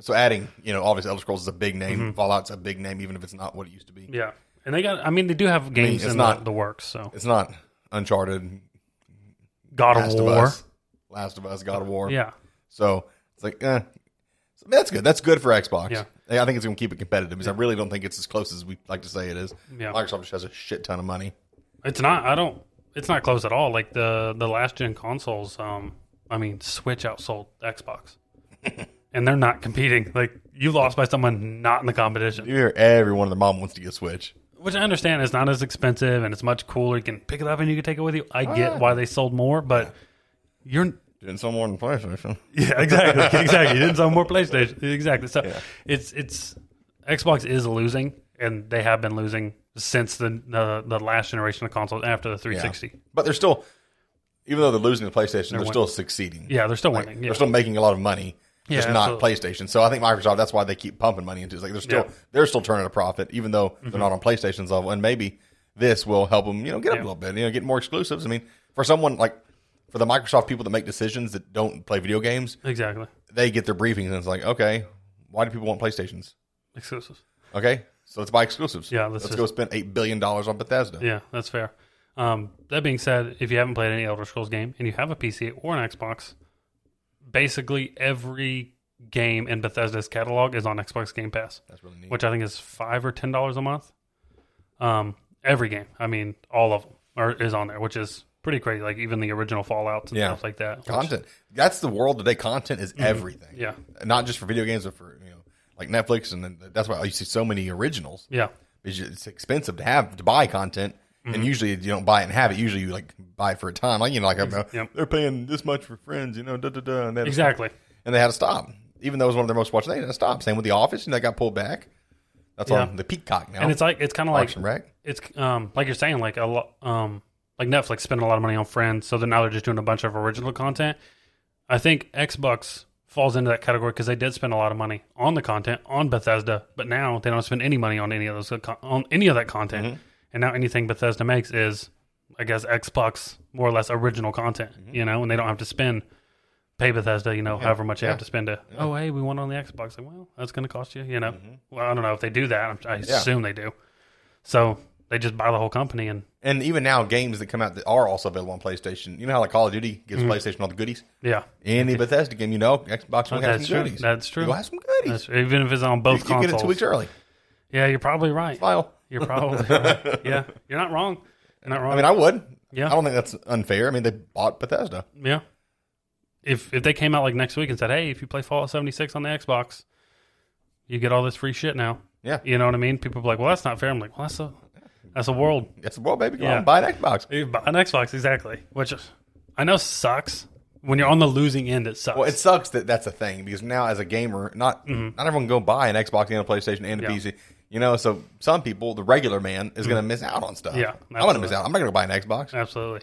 Speaker 1: So adding, you know, obviously Elder Scrolls is a big name. Fallout's a big name, even if it's not what it used to be.
Speaker 2: Mm-hmm. Yeah. And they got. I mean, they do have games
Speaker 1: it's
Speaker 2: in
Speaker 1: not-
Speaker 2: the, the works. So
Speaker 1: It's not Uncharted,
Speaker 2: God
Speaker 1: Last
Speaker 2: of
Speaker 1: of
Speaker 2: War.
Speaker 1: Us, Last of Us, God of War.
Speaker 2: Yeah.
Speaker 1: So it's like, eh. So that's good. That's good for Xbox.
Speaker 2: Yeah.
Speaker 1: Yeah, I think it's going to keep it competitive because I really don't think it's as close as we like to say it is.
Speaker 2: Yeah.
Speaker 1: Microsoft just has a shit ton of money.
Speaker 2: It's not. I don't. It's not close at all. Like the the last gen consoles. Um, I mean, Switch outsold Xbox, and they're not competing. Like you lost by someone not in the competition,
Speaker 1: You hear every one of their mom wants to get a Switch.
Speaker 2: which I understand is not as expensive and it's much cooler. You can pick it up and you can take it with you.
Speaker 1: Oh,
Speaker 2: I get why they sold more, but you're
Speaker 1: Didn't sell more than PlayStation.
Speaker 2: yeah, exactly, exactly. You didn't sell more PlayStation, exactly. So it's it's Xbox is losing, and they have been losing since the uh, the, the last generation of consoles after the 360. Yeah,
Speaker 1: But they're still, even though they're losing to PlayStation, they're, still succeeding.
Speaker 2: they're still winning. Yeah.
Speaker 1: They're still making a lot of money. Just
Speaker 2: Yeah,
Speaker 1: not PlayStation. So I think Microsoft. That's why they keep pumping money into. It. It's like they're still
Speaker 2: Yeah. Mm-hmm.
Speaker 1: they're still turning a profit, even though they're not on PlayStation's level. And maybe this will help them. You know, get up a little bit. You know, get more exclusives. I mean, for someone like for the Microsoft people that make decisions that don't play video games,
Speaker 2: Exactly.
Speaker 1: they get their briefings and it's like, okay, why do people want PlayStations?
Speaker 2: Exclusives.
Speaker 1: Okay, so let's buy exclusives.
Speaker 2: Yeah,
Speaker 1: let's,
Speaker 2: let's
Speaker 1: go spend eight billion dollars on Bethesda.
Speaker 2: Yeah, that's fair. Um, that being said, if you haven't played any Elder Scrolls game and you have a PC or an Xbox, basically every game in Bethesda's catalog is on Xbox Game Pass,
Speaker 1: That's really neat.
Speaker 2: which I think is five or ten dollars a month. Um, every game, I mean, all of them are is on there, which is pretty crazy. Like even the original Fallout's and
Speaker 1: Yeah.
Speaker 2: stuff like that. which-
Speaker 1: Content. That's the world today. Content is everything.
Speaker 2: Mm-hmm. Yeah,
Speaker 1: not just for video games, but for you know, like Netflix, and then that's why you see so many originals.
Speaker 2: yeah,
Speaker 1: It's, ju- it's expensive to have to buy content,
Speaker 2: Mm-hmm.
Speaker 1: and usually you don't buy it and have it. Usually you like buy it for a time, like you know, like I know,
Speaker 2: Yep.
Speaker 1: they're paying this much for Friends, you know, da da da, and, they had to-
Speaker 2: exactly.
Speaker 1: and they had to stop, even though it was one of their most watched. They had to stop. Same with The Office, and that got pulled back. That's
Speaker 2: Yeah.
Speaker 1: on the Peacock now.
Speaker 2: And it's like it's kind of like
Speaker 1: Parks and Rec.
Speaker 2: it's um like you're saying like a lot um like Netflix spent a lot of money on Friends, so then now they're just doing a bunch of original content. I think Xbox falls into that category because they did spend a lot of money on the content on Bethesda, but now they don't spend any money on any of those uh, on any of that content,
Speaker 1: Mm-hmm.
Speaker 2: and now anything Bethesda makes is, I guess, Xbox more or less original content,
Speaker 1: Mm-hmm.
Speaker 2: you know, and they don't have to spend. Pay Bethesda, you know, however much you have to spend to. Oh, hey, we want on the Xbox. Like, well, that's going to cost you, you know.
Speaker 1: Mm-hmm.
Speaker 2: Well, I don't know if they do that. I'm- I assume they do. So they just buy the whole company and
Speaker 1: And even now, games that come out that are also available on PlayStation. You know how like Call of Duty gives
Speaker 2: Mm-hmm.
Speaker 1: PlayStation all the goodies.
Speaker 2: yeah.
Speaker 1: Any Bethesda game, you know, Xbox will have
Speaker 2: Oh, That's
Speaker 1: some
Speaker 2: true.
Speaker 1: goodies.
Speaker 2: That's true.
Speaker 1: You'll have some goodies.
Speaker 2: That's- even if it's on both
Speaker 1: you
Speaker 2: consoles.
Speaker 1: get it two weeks early.
Speaker 2: Yeah, you're probably right.
Speaker 1: File.
Speaker 2: You're probably right. Yeah, you're not wrong. You're not wrong.
Speaker 1: I mean, I would.
Speaker 2: Yeah.
Speaker 1: I don't think that's unfair. I mean, they bought Bethesda.
Speaker 2: yeah. If if they came out like next week and said, "Hey, if you play Fallout 76 on the Xbox, you get all this free shit now."
Speaker 1: Yeah.
Speaker 2: You know what I mean? People be like, "Well, that's not fair." I'm like, "Well, that's a that's a world
Speaker 1: It's well, baby, go
Speaker 2: Yeah.
Speaker 1: on, buy an Xbox.
Speaker 2: You buy an Xbox exactly," which I know sucks. When you're on the losing end, it sucks.
Speaker 1: Well, it sucks that that's a thing because now, as a gamer, not not everyone can go buy an Xbox and a PlayStation and a
Speaker 2: Mm-hmm. Yeah. Mm-hmm.
Speaker 1: PC. You know, so some people, the regular man, is going to miss out on stuff.
Speaker 2: Yeah,
Speaker 1: I'm going to miss
Speaker 2: absolutely.
Speaker 1: out. I'm not going to buy an Xbox.
Speaker 2: Absolutely.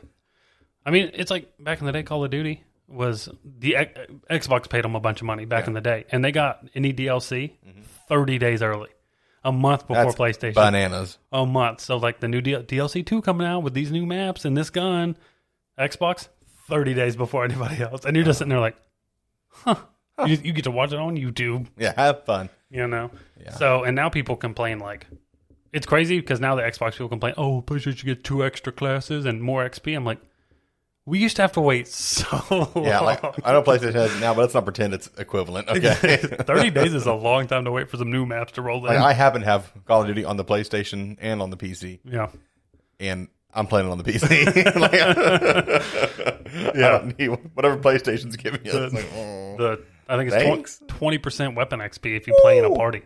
Speaker 2: I mean, it's like back in the day, Call of Duty was the X- Xbox paid them a bunch of money back in the day, and they got E any DLC 30 days early, a month before
Speaker 1: That's
Speaker 2: PlayStation.
Speaker 1: Bananas.
Speaker 2: A month. So, like the new D- DLC 2 coming out with these new maps and this gun, Xbox 30 days before anybody else. And you're just sitting there like, huh. You, you get to watch it on YouTube
Speaker 1: Yeah, have fun.
Speaker 2: you know. So and now people complain like it's crazy because now the Xbox people complain, oh, PlayStation should get two extra classes and more XP. I'm like, we used to have to wait so long.
Speaker 1: Yeah, like I know PlayStation has it now, but let's not pretend it's equivalent. Okay.
Speaker 2: thirty days is a long time to wait for some new maps to roll in.
Speaker 1: Like, I happen to have Call of Duty on the PlayStation and on the PC,
Speaker 2: yeah,
Speaker 1: and I'm playing it on the PC. like, yeah, I don't need one. whatever PlayStation's giving you. It's like, oh.
Speaker 2: The I think
Speaker 1: Thanks.
Speaker 2: it's twenty percent weapon XP if you play in a
Speaker 1: Ooh.
Speaker 2: party.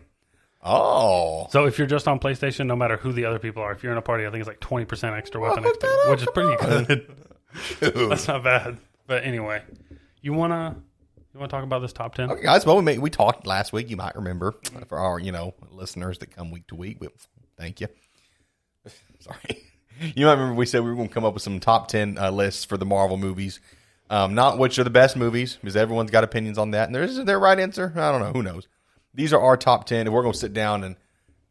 Speaker 1: Oh.
Speaker 2: So if you're just on PlayStation, no matter who the other people are, if you're in a party, I think it's like twenty percent extra weapon
Speaker 1: hook that
Speaker 2: XP,
Speaker 1: up,
Speaker 2: which is pretty good.
Speaker 1: okay,
Speaker 2: That's not bad. But anyway, you wanna you wanna talk about this top ten?
Speaker 1: guys. Well, we made, we talked last week. You might remember for our you know listeners that come week to week. We, thank you. Sorry, you might remember we said we were going to come up with some top ten uh, lists for the Marvel movies. Um, not which are the best movies, because everyone's got opinions on that, and there isn't their right answer. I don't know. Who knows? These are our top ten, and we're going to sit down and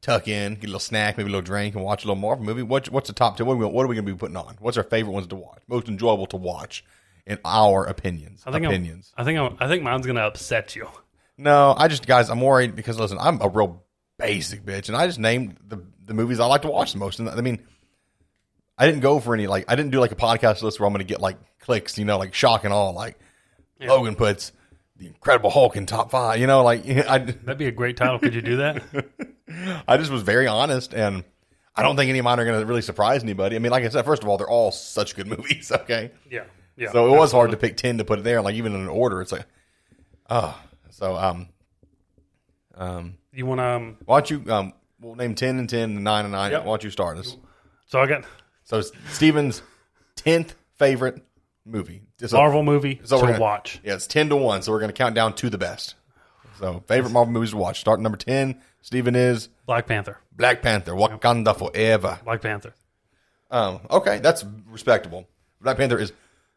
Speaker 1: tuck in, get a little snack, maybe a little drink, and watch a little Marvel movie. What, what's the top ten? What are, we, what are we going to be putting on? What's our favorite ones to watch? Most enjoyable to watch, in our opinions.
Speaker 2: I think I'm-
Speaker 1: opinions.
Speaker 2: i think I'm, I think mine's gonna upset you.
Speaker 1: No, I just guys, I'm worried because listen, I'm a real basic bitch, and I just named the the movies I like to watch the most. And I mean, I didn't go for any like I didn't do like a podcast list where I'm going to get like clicks, you know, like shock and all. Like Logan puts the Incredible Hulk in top five, you know, like I
Speaker 2: That'd be a great title. Could you do that?
Speaker 1: I just was very honest, and I don't think any of mine are going to really surprise anybody. I mean, like I said, first of all, they're all such good movies. Okay,
Speaker 2: Yeah. Yeah.
Speaker 1: So it was hard to pick ten to put it there, like even in an order. It's like, oh, so um, um.
Speaker 2: you want to? Um,
Speaker 1: Why don't you? Um, we'll name ten and ten and nine and nine.
Speaker 2: Yep.
Speaker 1: Why don't you start us?
Speaker 2: so I got
Speaker 1: So it's Steven's tenth favorite movie. So,
Speaker 2: Marvel movie
Speaker 1: so
Speaker 2: to
Speaker 1: we're gonna-
Speaker 2: watch.
Speaker 1: Yeah, it's ten to one. So we're gonna count down to the best. So favorite Marvel movies to watch. Start number ten. Steven is
Speaker 2: Black Panther.
Speaker 1: Black Panther, Wakanda Forever.
Speaker 2: Black Panther.
Speaker 1: Um, okay, that's respectable. Black Panther is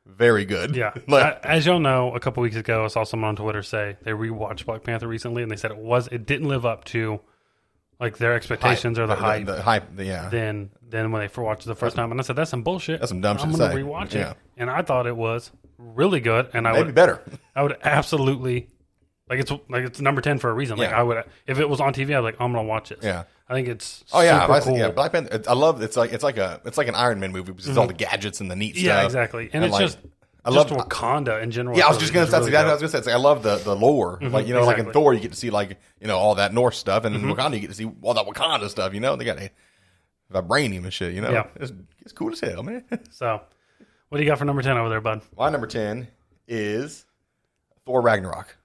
Speaker 1: very good.
Speaker 2: Yeah.
Speaker 1: like,
Speaker 2: A- As y'all know, a couple weeks ago, I saw someone on Twitter say they rewatched Black Panther recently, and they said it was it didn't live up to like their expectations or the hype.
Speaker 1: The, hype. the- yeah.
Speaker 2: Then, then when they first watched it the first time, and I said that's some bullshit. That's
Speaker 1: some dumb
Speaker 2: I'm
Speaker 1: shit to
Speaker 2: gonna
Speaker 1: say.
Speaker 2: rewatch
Speaker 1: Yeah.
Speaker 2: it, and I thought it was really good, and I
Speaker 1: Maybe
Speaker 2: would
Speaker 1: better.
Speaker 2: I would absolutely like it's like it's number ten for a reason. Like
Speaker 1: Yeah.
Speaker 2: I would if it was on TV, I'd be like I'm gonna watch this.
Speaker 1: Yeah.
Speaker 2: I think it's
Speaker 1: Oh yeah,
Speaker 2: super
Speaker 1: I,
Speaker 2: cool.
Speaker 1: yeah. Black Panther. I love. It's like it's like a it's like an Iron Man movie because it's all the gadgets and the neat
Speaker 2: Mm-hmm. Yeah,
Speaker 1: stuff.
Speaker 2: exactly. And, it's
Speaker 1: like,
Speaker 2: just
Speaker 1: I
Speaker 2: just
Speaker 1: love-
Speaker 2: Wakanda in general.
Speaker 1: Yeah, I was
Speaker 2: is
Speaker 1: just gonna. That's
Speaker 2: really
Speaker 1: exactly what I
Speaker 2: dope. Mm-hmm.
Speaker 1: was gonna say. It's like I love the the lore, like you know, like in
Speaker 2: exactly. Mm-hmm.
Speaker 1: Thor, you get to see like you know all that Norse stuff, and in Wakanda you get to see all that Wakanda stuff. You know, they got a vibranium and shit. You know,
Speaker 2: Yeah.
Speaker 1: it's, it's cool as hell, man.
Speaker 2: So, what do you got for number ten over there, bud?
Speaker 1: My number ten is Thor Ragnarok.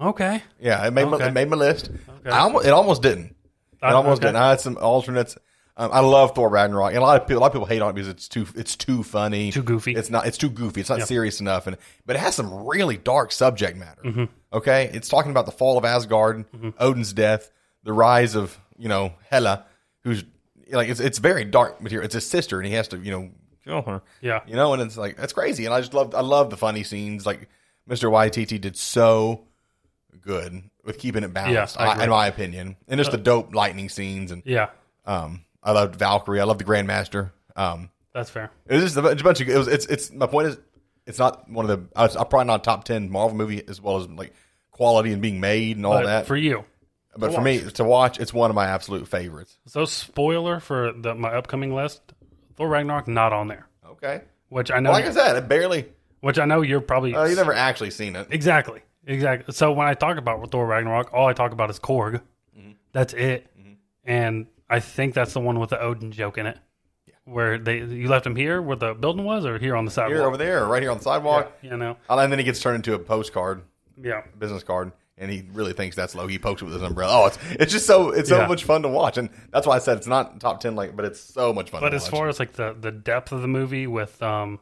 Speaker 2: Okay,
Speaker 1: Yeah, it made my,
Speaker 2: Okay.
Speaker 1: it made my list. I almost, it almost didn't. It
Speaker 2: Uh,
Speaker 1: almost
Speaker 2: okay.
Speaker 1: didn't. I had some alternates. Um, I love Thor Ragnarok, and a lot of people, a lot of people hate on it because it's too it's too funny,
Speaker 2: Too goofy.
Speaker 1: It's not it's too goofy. It's not serious enough, and but it has some really dark subject matter.
Speaker 2: Mm-hmm.
Speaker 1: Okay, it's talking about the fall of Asgard, Odin's death, the rise of you know Hela, who's like it's it's very dark material. It's his sister, and he has to you know kill her.
Speaker 2: Yeah.
Speaker 1: you know, and it's like that's crazy. And I just love I love the funny scenes. Like Mr. YTT did so good with keeping it balanced,
Speaker 2: I
Speaker 1: I-
Speaker 2: agree. Uh,
Speaker 1: in my opinion. And just the dope lightning scenes, and
Speaker 2: yeah,
Speaker 1: um, I loved Valkyrie. I love the Grandmaster. Um,
Speaker 2: that's fair.
Speaker 1: it was just a bu- it's a bunch of. It was, it's it's my point is, it's not one of the. I was, I'm probably not top ten Marvel movie as well as like quality and being made and all
Speaker 2: But
Speaker 1: that.
Speaker 2: for you.
Speaker 1: but for me to watch, it's one of my absolute favorites.
Speaker 2: So, spoiler for the my upcoming list: Thor Ragnarok not on there.
Speaker 1: Okay,
Speaker 2: Which I know,
Speaker 1: like I said, it barely.
Speaker 2: which I know you're probably
Speaker 1: Uh, you never actually seen it.
Speaker 2: Exactly. Exactly. So when I talk about Thor Ragnarok, all I talk about is Korg.
Speaker 1: Mm-hmm.
Speaker 2: That's it. And I think that's the one with the Odin joke in it. Where they you left him here where the building was or here on the sidewalk.
Speaker 1: Here over there, or right here on the sidewalk,
Speaker 2: You know.
Speaker 1: and then he gets turned into a postcard.
Speaker 2: Yeah.
Speaker 1: business card and he really thinks that's low. He pokes it with his umbrella. Oh, it's it's just so it's so
Speaker 2: Yeah.
Speaker 1: much fun to watch, and that's why I said it's not top ten, like, but it's so much fun.
Speaker 2: But
Speaker 1: to
Speaker 2: as
Speaker 1: watch.
Speaker 2: far as like the, the depth of the movie with um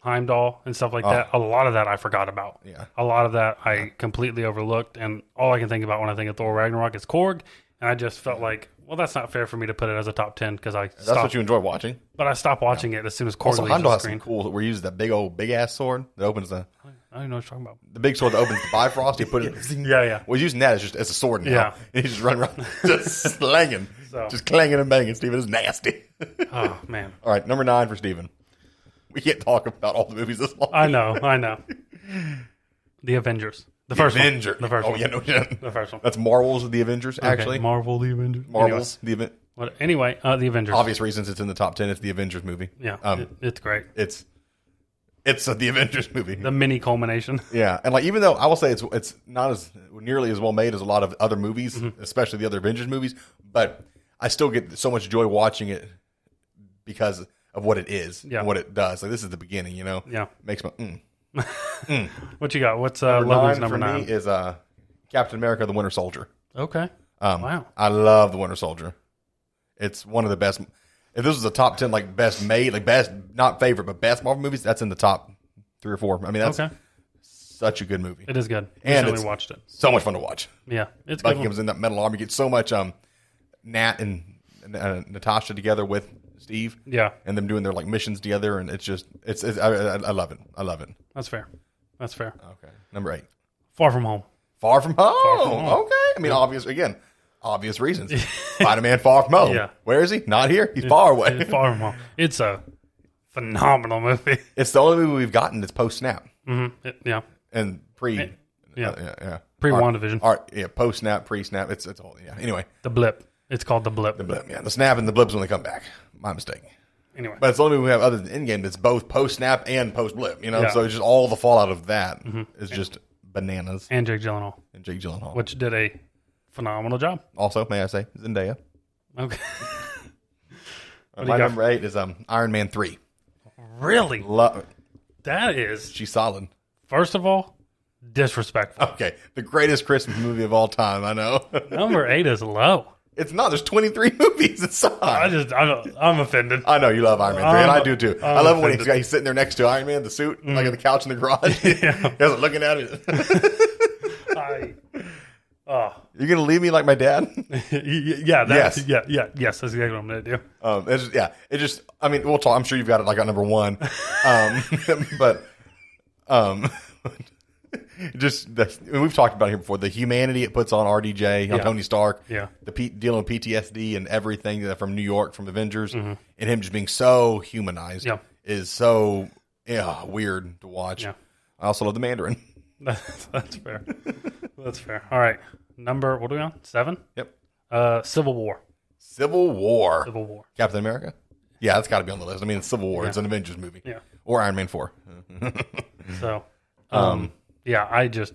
Speaker 2: Heimdall and stuff like that, a lot of that I forgot about.
Speaker 1: Oh. Yeah.
Speaker 2: A lot of that I completely overlooked and all I can think about when I think of Thor Ragnarok is Korg and I just felt like well, that's not fair for me to put it as a top ten because I
Speaker 1: Mm-hmm. that's
Speaker 2: stopped,
Speaker 1: what you enjoy watching.
Speaker 2: but I stopped watching it as soon as Korg
Speaker 1: Also,
Speaker 2: leaves
Speaker 1: Heimdall
Speaker 2: the
Speaker 1: has
Speaker 2: screen.
Speaker 1: some cool. We're using that big old big ass sword that opens the
Speaker 2: I don't even know what you're talking about.
Speaker 1: the big sword that opens the Bifrost. He put it.
Speaker 2: Yeah, yeah.
Speaker 1: We're using that as just as a sword now.
Speaker 2: Yeah.
Speaker 1: and he just run around, just slanging, just clanging and banging. Steven is nasty.
Speaker 2: Oh man,
Speaker 1: all right, number nine for Steven. We can't talk about all the movies this long.
Speaker 2: I know, I know. The Avengers, the first
Speaker 1: Avenger.
Speaker 2: one, the first
Speaker 1: Oh
Speaker 2: one.
Speaker 1: yeah, no, yeah.
Speaker 2: the first one.
Speaker 1: That's Marvel's The Avengers. Actually,
Speaker 2: Okay, Marvel, the Avengers,
Speaker 1: Marvel's The Avengers.
Speaker 2: Anyway, what- anyway uh, the Avengers.
Speaker 1: obvious reasons it's in the top 10 it's the avengers movie
Speaker 2: Yeah,
Speaker 1: um,
Speaker 2: it- it's great.
Speaker 1: it's it's the avengers movie
Speaker 2: The mini culmination.
Speaker 1: yeah and like even though i will say it's it's not as nearly as well made as a lot of other movies
Speaker 2: Mm-hmm.
Speaker 1: especially the other avengers movies but i still get so much joy watching it because of what it is
Speaker 2: Yeah.
Speaker 1: and what it does. Like this is the beginning, you know.
Speaker 2: Yeah.
Speaker 1: Makes my mm.
Speaker 2: What you got? What's uh,
Speaker 1: number
Speaker 2: Logan's
Speaker 1: nine
Speaker 2: number
Speaker 1: for
Speaker 2: nine?
Speaker 1: me is uh, Captain America: The Winter Soldier.
Speaker 2: okay.
Speaker 1: Um,
Speaker 2: Wow.
Speaker 1: I love the Winter Soldier. It's one of the best. If this was a top ten, like best made, like best not favorite, but best Marvel movies, that's in the top three or four. I mean, that's
Speaker 2: Okay.
Speaker 1: such a good movie.
Speaker 2: It is good.
Speaker 1: And
Speaker 2: Recently
Speaker 1: it's-
Speaker 2: watched it.
Speaker 1: So much fun to watch.
Speaker 2: Yeah. It's good.
Speaker 1: Bucky
Speaker 2: one.
Speaker 1: comes in that metal arm. You get so much um, Nat and uh, Natasha together with Steve,
Speaker 2: Yeah.
Speaker 1: and them doing their like missions together, and it's just it's, it's I, I, I love it. I love it.
Speaker 2: That's fair. That's fair.
Speaker 1: Okay, number eight.
Speaker 2: Far from home.
Speaker 1: Far from home.
Speaker 2: home.
Speaker 1: Okay. I mean, obvious again, obvious reasons. Spider Man far from home.
Speaker 2: Yeah.
Speaker 1: Where is he? Not here. He's far away.
Speaker 2: Far from home. It's a phenomenal movie.
Speaker 1: It's the only movie we've gotten that's post snap
Speaker 2: hmm yeah.
Speaker 1: and pre.
Speaker 2: yeah.
Speaker 1: uh, yeah, yeah.
Speaker 2: Pre
Speaker 1: Or-
Speaker 2: WandaVision.
Speaker 1: or, yeah, post snap, pre snap. It's it's all yeah. Anyway,
Speaker 2: The blip. It's called the blip.
Speaker 1: the blip, yeah, the snap and the blips when they come back. My mistake.
Speaker 2: anyway.
Speaker 1: But it's the only movie we have other than Endgame that's both post snap and post blip. You know,
Speaker 2: Yeah. Mm-hmm.
Speaker 1: so it's just all the fallout of that is just bananas.
Speaker 2: and Jake Gyllenhaal,
Speaker 1: And Jake Gyllenhaal.
Speaker 2: which did a phenomenal job.
Speaker 1: Also, may I say, Zendaya.
Speaker 2: Okay. do
Speaker 1: My
Speaker 2: you got?
Speaker 1: number eight is um Iron Man three.
Speaker 2: really?
Speaker 1: Love
Speaker 2: That is,
Speaker 1: she's solid.
Speaker 2: first of all, disrespectful.
Speaker 1: Okay, the greatest Christmas movie of all time. I know
Speaker 2: Number eight is low.
Speaker 1: it's not. There's 23 movies. It's
Speaker 2: I
Speaker 1: I,
Speaker 2: just, I'm, I'm offended.
Speaker 1: I know you love Iron Man three, and I do too. i
Speaker 2: I'm
Speaker 1: love it when he's,
Speaker 2: offended.
Speaker 1: he's sitting there next to Iron Man, the suit, like on the couch in the garage. he doesn't looking at him.
Speaker 2: I, oh,
Speaker 1: You're gonna leave me like my dad?
Speaker 2: yeah, that's,
Speaker 1: Yes.
Speaker 2: yeah, yeah, yes, that's exactly what I'm going to do.
Speaker 1: Um, it's just- yeah, it just. I mean, we'll talk. I'm sure you've got it like on number one, um, but um, just the, I mean, we've talked about it here before. The humanity it puts on RDJ, on
Speaker 2: Yeah.
Speaker 1: Tony Stark,
Speaker 2: Yeah.
Speaker 1: the P, dealing with PTSD and everything that, from New York, from Avengers, and him just being so humanized
Speaker 2: Mm-hmm. Yeah.
Speaker 1: is so yeah, weird to watch.
Speaker 2: Yeah.
Speaker 1: I also love the Mandarin.
Speaker 2: That's, that's fair. that's fair. All right. Number, what are we on? Seven?
Speaker 1: Yep,
Speaker 2: Uh, Civil War.
Speaker 1: Civil War,
Speaker 2: Civil War.
Speaker 1: Captain America. Yeah, that's got to be on the list. I mean, it's Civil War. It's an Avengers movie.
Speaker 2: Yeah.
Speaker 1: Or Iron Man four. Mm-hmm.
Speaker 2: So, um, yeah, I just,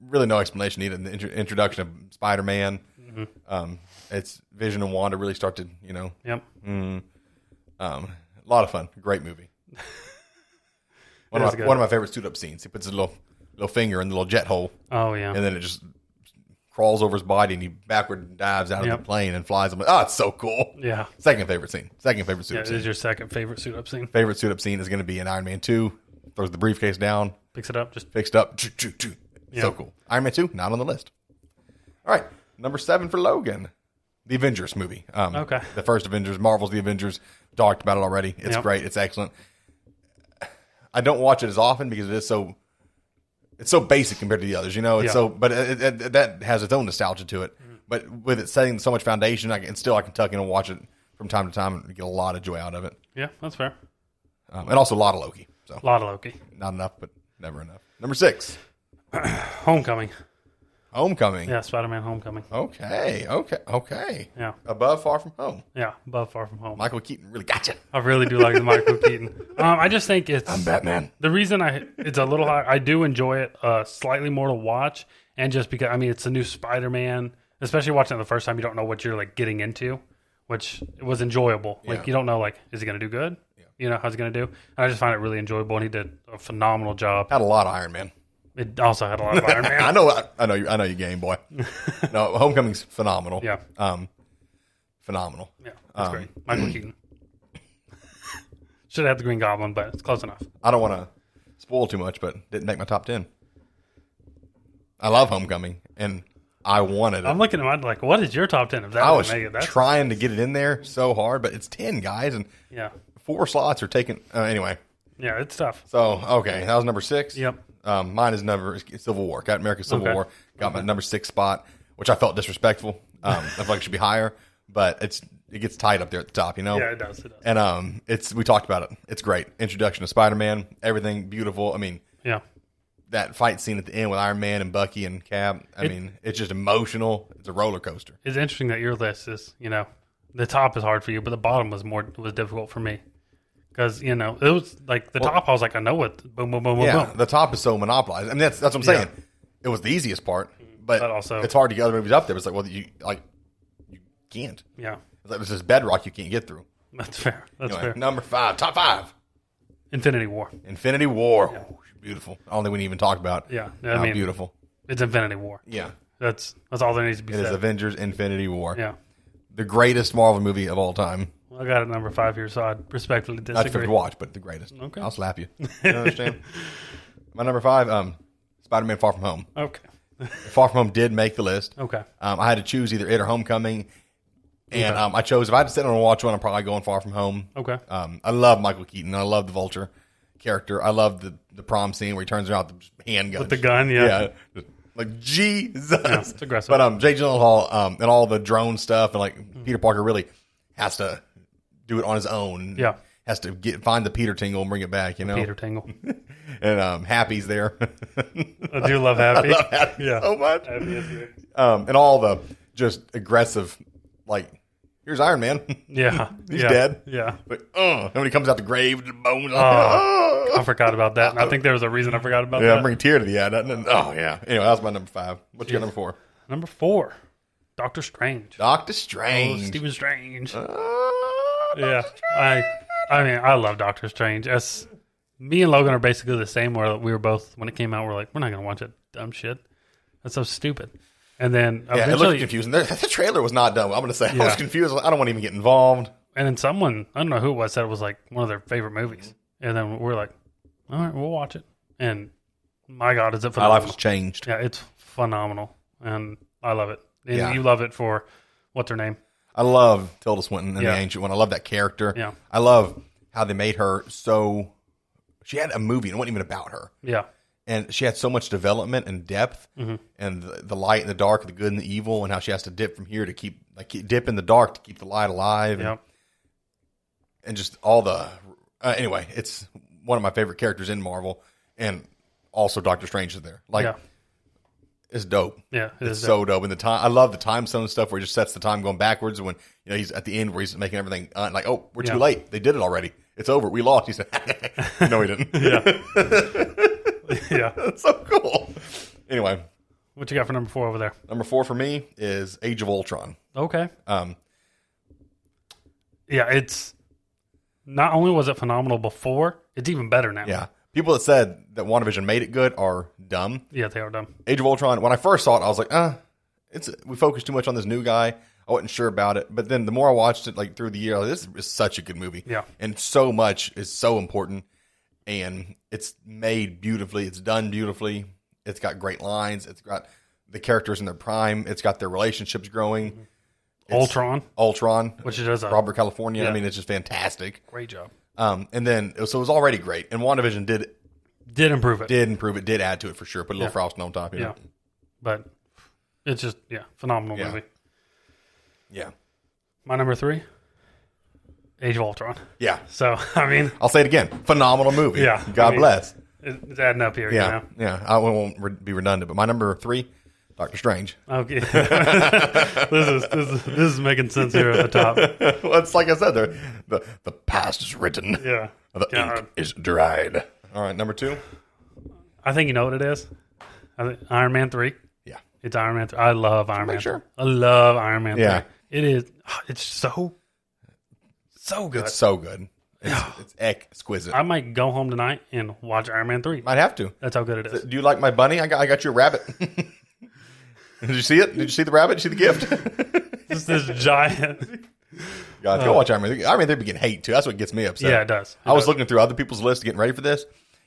Speaker 1: really no explanation needed. The intro- introduction of Spider Man,
Speaker 2: Mm-hmm.
Speaker 1: um, it's Vision and Wanda really start to you know
Speaker 2: yep.
Speaker 1: um, a lot of fun. Great movie. one,
Speaker 2: It
Speaker 1: of
Speaker 2: is
Speaker 1: my,
Speaker 2: good.
Speaker 1: one of my favorite suit up scenes. He puts his little little finger in the little jet hole,
Speaker 2: Oh, yeah.
Speaker 1: and then it just crawls over his body, and he backward dives out of
Speaker 2: Yep.
Speaker 1: the plane and flies. I'm like, oh, it's so cool.
Speaker 2: yeah.
Speaker 1: Second favorite scene. Second favorite suit
Speaker 2: Yeah,
Speaker 1: up
Speaker 2: it
Speaker 1: scene.
Speaker 2: is your second favorite suit up scene.
Speaker 1: Favorite suit up scene is going to be in Iron Man two. Throws the briefcase down,
Speaker 2: Picks it up, just
Speaker 1: fixed up. choo, choo, choo. So cool. Iron Man 2, not on the list. All right. Number seven for Logan, the Avengers movie. Um,
Speaker 2: Okay.
Speaker 1: The first Avengers, Marvel's The Avengers. Talked about it already. It's
Speaker 2: Yep.
Speaker 1: great. It's excellent. I don't watch it as often because it is so. It's so basic compared to the others, you know. It's
Speaker 2: Yeah. Mm-hmm.
Speaker 1: so, but it, it, it- that has its own nostalgia to it. But with it setting so much foundation, I can still I can tuck in and watch it from time to time and get a lot of joy out of it,
Speaker 2: yeah, that's fair.
Speaker 1: um, and also a lot of Loki. So
Speaker 2: A lot of Loki.
Speaker 1: not enough, but never enough. Number six,
Speaker 2: Homecoming.
Speaker 1: Homecoming.
Speaker 2: Yeah, Spider Man Homecoming.
Speaker 1: Okay, okay, okay.
Speaker 2: Yeah,
Speaker 1: Above Far From Home.
Speaker 2: yeah. Above Far From Home.
Speaker 1: Michael Keaton really gotcha.
Speaker 2: I really do like the Michael Keaton. Um, I just think it's
Speaker 1: Batman.
Speaker 2: the reason I it's a little high. I do enjoy it uh, slightly more to watch, and just because I mean it's a new Spider Man. Especially watching it the first time, you don't know what you're like getting into, which it was enjoyable. Like
Speaker 1: Yeah.
Speaker 2: you don't know like is he going to do good? You know how's he going to do? And I just find it really enjoyable, and he did a phenomenal job.
Speaker 1: Had a lot of Iron Man.
Speaker 2: It also had a lot of Iron Man.
Speaker 1: I know. I, I know. You, I know you, game boy. no, Homecoming's phenomenal.
Speaker 2: Yeah.
Speaker 1: Um, phenomenal.
Speaker 2: Yeah, that's great. Michael
Speaker 1: Um,
Speaker 2: Keaton. Should have had the Green Goblin, but it's close enough.
Speaker 1: I don't want to spoil too much, but didn't make my top ten. I love Homecoming, and I wanted it.
Speaker 2: I'm looking at mine like, what is your top ten? If that
Speaker 1: I
Speaker 2: didn't
Speaker 1: was
Speaker 2: make it, that's
Speaker 1: trying to get it in there so hard, but it's ten guys, and
Speaker 2: yeah,
Speaker 1: four slots are taken. Uh, anyway,
Speaker 2: yeah, it's tough.
Speaker 1: so okay, that was number six.
Speaker 2: Yep.
Speaker 1: Um, mine is number Civil War. Got America's Civil
Speaker 2: Okay.
Speaker 1: War. Got my number six spot, which I felt disrespectful. Um, I feel like it should be higher, but it's it gets tied up there at the top, you know.
Speaker 2: Yeah, it does. It does.
Speaker 1: And um, it's we talked about it. It's great. Introduction to Spider Man. Everything beautiful. I mean,
Speaker 2: Yeah,
Speaker 1: that fight scene at the end with Iron Man and Bucky and Cap. I mean, it's just emotional. It's a roller coaster.
Speaker 2: it's interesting that your list is, you know, the top is hard for you, but the bottom was more was difficult for me because you know it was like the top. I was like, I know what. Boom, boom, boom, boom,
Speaker 1: Yeah,
Speaker 2: boom.
Speaker 1: the top is so monopolized. I mean, that's that's what I'm saying. It was the easiest part, but,
Speaker 2: But also-
Speaker 1: it's hard to get other movies up there. It's like, well, you like you can't.
Speaker 2: Yeah,
Speaker 1: It's like it's just bedrock you can't get through.
Speaker 2: That's fair. That's
Speaker 1: Anyway,
Speaker 2: fair.
Speaker 1: number five, top five,
Speaker 2: Infinity War.
Speaker 1: Infinity War. Whoosh, beautiful. I don't think we didn't even talk about.
Speaker 2: Yeah, I
Speaker 1: How
Speaker 2: mean,
Speaker 1: beautiful.
Speaker 2: it's Infinity War.
Speaker 1: Yeah.
Speaker 2: That's that's all there needs to be
Speaker 1: It is
Speaker 2: said.
Speaker 1: Avengers Infinity War.
Speaker 2: yeah,
Speaker 1: The greatest Marvel movie of all time.
Speaker 2: well, I got it number five here, so I would respectfully
Speaker 1: Not your favorite
Speaker 2: disagree.
Speaker 1: to watch, but the greatest.
Speaker 2: Okay.
Speaker 1: I'll slap you. You don't understand? My number five, um, Spider Man Far From Home.
Speaker 2: Okay,
Speaker 1: Far From Home did make the list.
Speaker 2: okay,
Speaker 1: Um, I had to choose either it or Homecoming. And um, I chose, if I had to sit down and watch one, I'm probably going Far From Home.
Speaker 2: okay.
Speaker 1: Um, I love Michael Keaton. I love the vulture character. I love the, the prom scene where he turns out the handgun.
Speaker 2: The gun, yeah.
Speaker 1: yeah. Like Jesus,
Speaker 2: it's aggressive. Mm-hmm.
Speaker 1: But um, Jay Gyllenhaal um, and all the drone stuff, and like Peter Parker really has to do it on his own.
Speaker 2: Yeah.
Speaker 1: has to get find the Peter tingle and bring it back. You know,
Speaker 2: Peter Tingle.
Speaker 1: and um, Happy's there.
Speaker 2: I do love Happy. Oh.
Speaker 1: Happy
Speaker 2: yeah.
Speaker 1: so much.
Speaker 2: Happy is here.
Speaker 1: Um, and all the just aggressive, like here's Iron Man,
Speaker 2: Yeah,
Speaker 1: He's
Speaker 2: yeah,
Speaker 1: dead.
Speaker 2: Yeah,
Speaker 1: but uh, and when he comes out the grave, the
Speaker 2: Uh,
Speaker 1: bones. uh,
Speaker 2: I forgot about that. And I think there was a reason I forgot about
Speaker 1: Yeah,
Speaker 2: that.
Speaker 1: bring a tear to the eye. doesn't it? Oh yeah. Anyway, that was my number five. What you got number four?
Speaker 2: Number four, Doctor Strange.
Speaker 1: Doctor
Speaker 2: Oh,
Speaker 1: Strange. Uh,
Speaker 2: Stephen Strange.
Speaker 1: Ah,
Speaker 2: yeah, I, I mean, I love Doctor Strange. As me and Logan are basically the same. Where we were both when it came out, we're like, we're not gonna watch that dumb shit. That's so stupid. And then
Speaker 1: Yeah, it
Speaker 2: eventually,
Speaker 1: looked confusing. The, the trailer was not done. I'm going to say I was
Speaker 2: Yeah.
Speaker 1: confused. I don't want to even get involved.
Speaker 2: and then someone I don't know who it was said it was like one of their favorite movies. And then we're like, all right, we'll watch it. And my God, is it
Speaker 1: My life
Speaker 2: phenomenal?
Speaker 1: was changed.
Speaker 2: yeah, it's phenomenal, and I love it. And
Speaker 1: Yeah.
Speaker 2: you love it for what's her name?
Speaker 1: I love Tilda Swinton and
Speaker 2: Yeah.
Speaker 1: the Ancient One. I love that character.
Speaker 2: Yeah.
Speaker 1: I love how they made her so. She had a movie and it wasn't even about her,
Speaker 2: Yeah,
Speaker 1: and she had so much development and depth,
Speaker 2: Mm-hmm.
Speaker 1: and the, the light and the dark, the good and the evil, and how she has to dip from here to keep like keep- dip in the dark to keep the light alive. and-
Speaker 2: yeah.
Speaker 1: and just all the uh, anyway it's one of my favorite characters in marvel and also doctor strange is there like
Speaker 2: Yeah.
Speaker 1: it's dope
Speaker 2: Yeah, it
Speaker 1: it's
Speaker 2: is.
Speaker 1: so dope and the time i love the time zone stuff where he just sets the time going backwards when you know he's at the end where he's making everything uh, like oh we're
Speaker 2: Yeah.
Speaker 1: too late they did it already it's over we lost he said no he didn't
Speaker 2: yeah, yeah.
Speaker 1: that's so cool anyway
Speaker 2: What you got for number four over there?
Speaker 1: number four for me is age of ultron
Speaker 2: Okay.
Speaker 1: um
Speaker 2: Yeah, it's not only was it phenomenal before, it's even better now.
Speaker 1: yeah people that said that wandavision made it good are dumb
Speaker 2: Yeah, they are dumb.
Speaker 1: Age of Ultron. When I first saw it, I was like, uh, it's we focused too much on this new guy. I wasn't sure about it, but then the more I watched it, like through the year, I was like, this is such a good movie.
Speaker 2: Yeah.
Speaker 1: and so much is so important, and it's made beautifully. It's done beautifully. It's got great lines. It's got the characters in their prime. It's got their relationships growing.
Speaker 2: Ultron,
Speaker 1: Ultron,
Speaker 2: Mm-hmm. which it does a
Speaker 1: Robert California. I
Speaker 2: Yeah.
Speaker 1: mean, it's just fantastic.
Speaker 2: great job.
Speaker 1: Um, and then so it was already great, and WandaVision did
Speaker 2: Did improve it.
Speaker 1: did improve it, did add to it for sure. Put a little
Speaker 2: Yeah.
Speaker 1: frosting on top. You
Speaker 2: Yeah.
Speaker 1: know?
Speaker 2: But it's just yeah, phenomenal
Speaker 1: Yeah.
Speaker 2: movie.
Speaker 1: yeah,
Speaker 2: My number three, Age of Ultron.
Speaker 1: yeah.
Speaker 2: So I mean,
Speaker 1: I'll say it again. Phenomenal movie.
Speaker 2: Yeah,
Speaker 1: God
Speaker 2: I mean,
Speaker 1: bless.
Speaker 2: it- it's adding up here.
Speaker 1: Yeah. Yeah. I won't re- be redundant, but my number three, Doctor Strange.
Speaker 2: You know? Okay. this is this is this is making sense here at the top.
Speaker 1: well, it's like I said, the, the, the past is written,
Speaker 2: Yeah.
Speaker 1: the
Speaker 2: God.
Speaker 1: ink is dried. All right. Number two.
Speaker 2: I think you know what it is. I think Iron Man three.
Speaker 1: Yeah.
Speaker 2: It's Iron Man. 3. I love Iron Man.
Speaker 1: make sure.
Speaker 2: 3. I love Iron Man.
Speaker 1: Yeah.
Speaker 2: 3. It is. ah, It's so, so good.
Speaker 1: It's so good. It's, it's exquisite.
Speaker 2: I
Speaker 1: I
Speaker 2: might go home tonight and watch Iron Man three.
Speaker 1: might have to.
Speaker 2: That's how good it is.
Speaker 1: Do you like my bunny? I got, I got you a rabbit. Did you see it? Did you see the rabbit? Did you see the gift?
Speaker 2: It's this giant.
Speaker 1: God, go watch Iron Man. I mean, they're getting hate too. That's what gets me upset.
Speaker 2: Uh, Yeah, it does. It
Speaker 1: I was
Speaker 2: does.
Speaker 1: looking through other people's lists getting ready for this.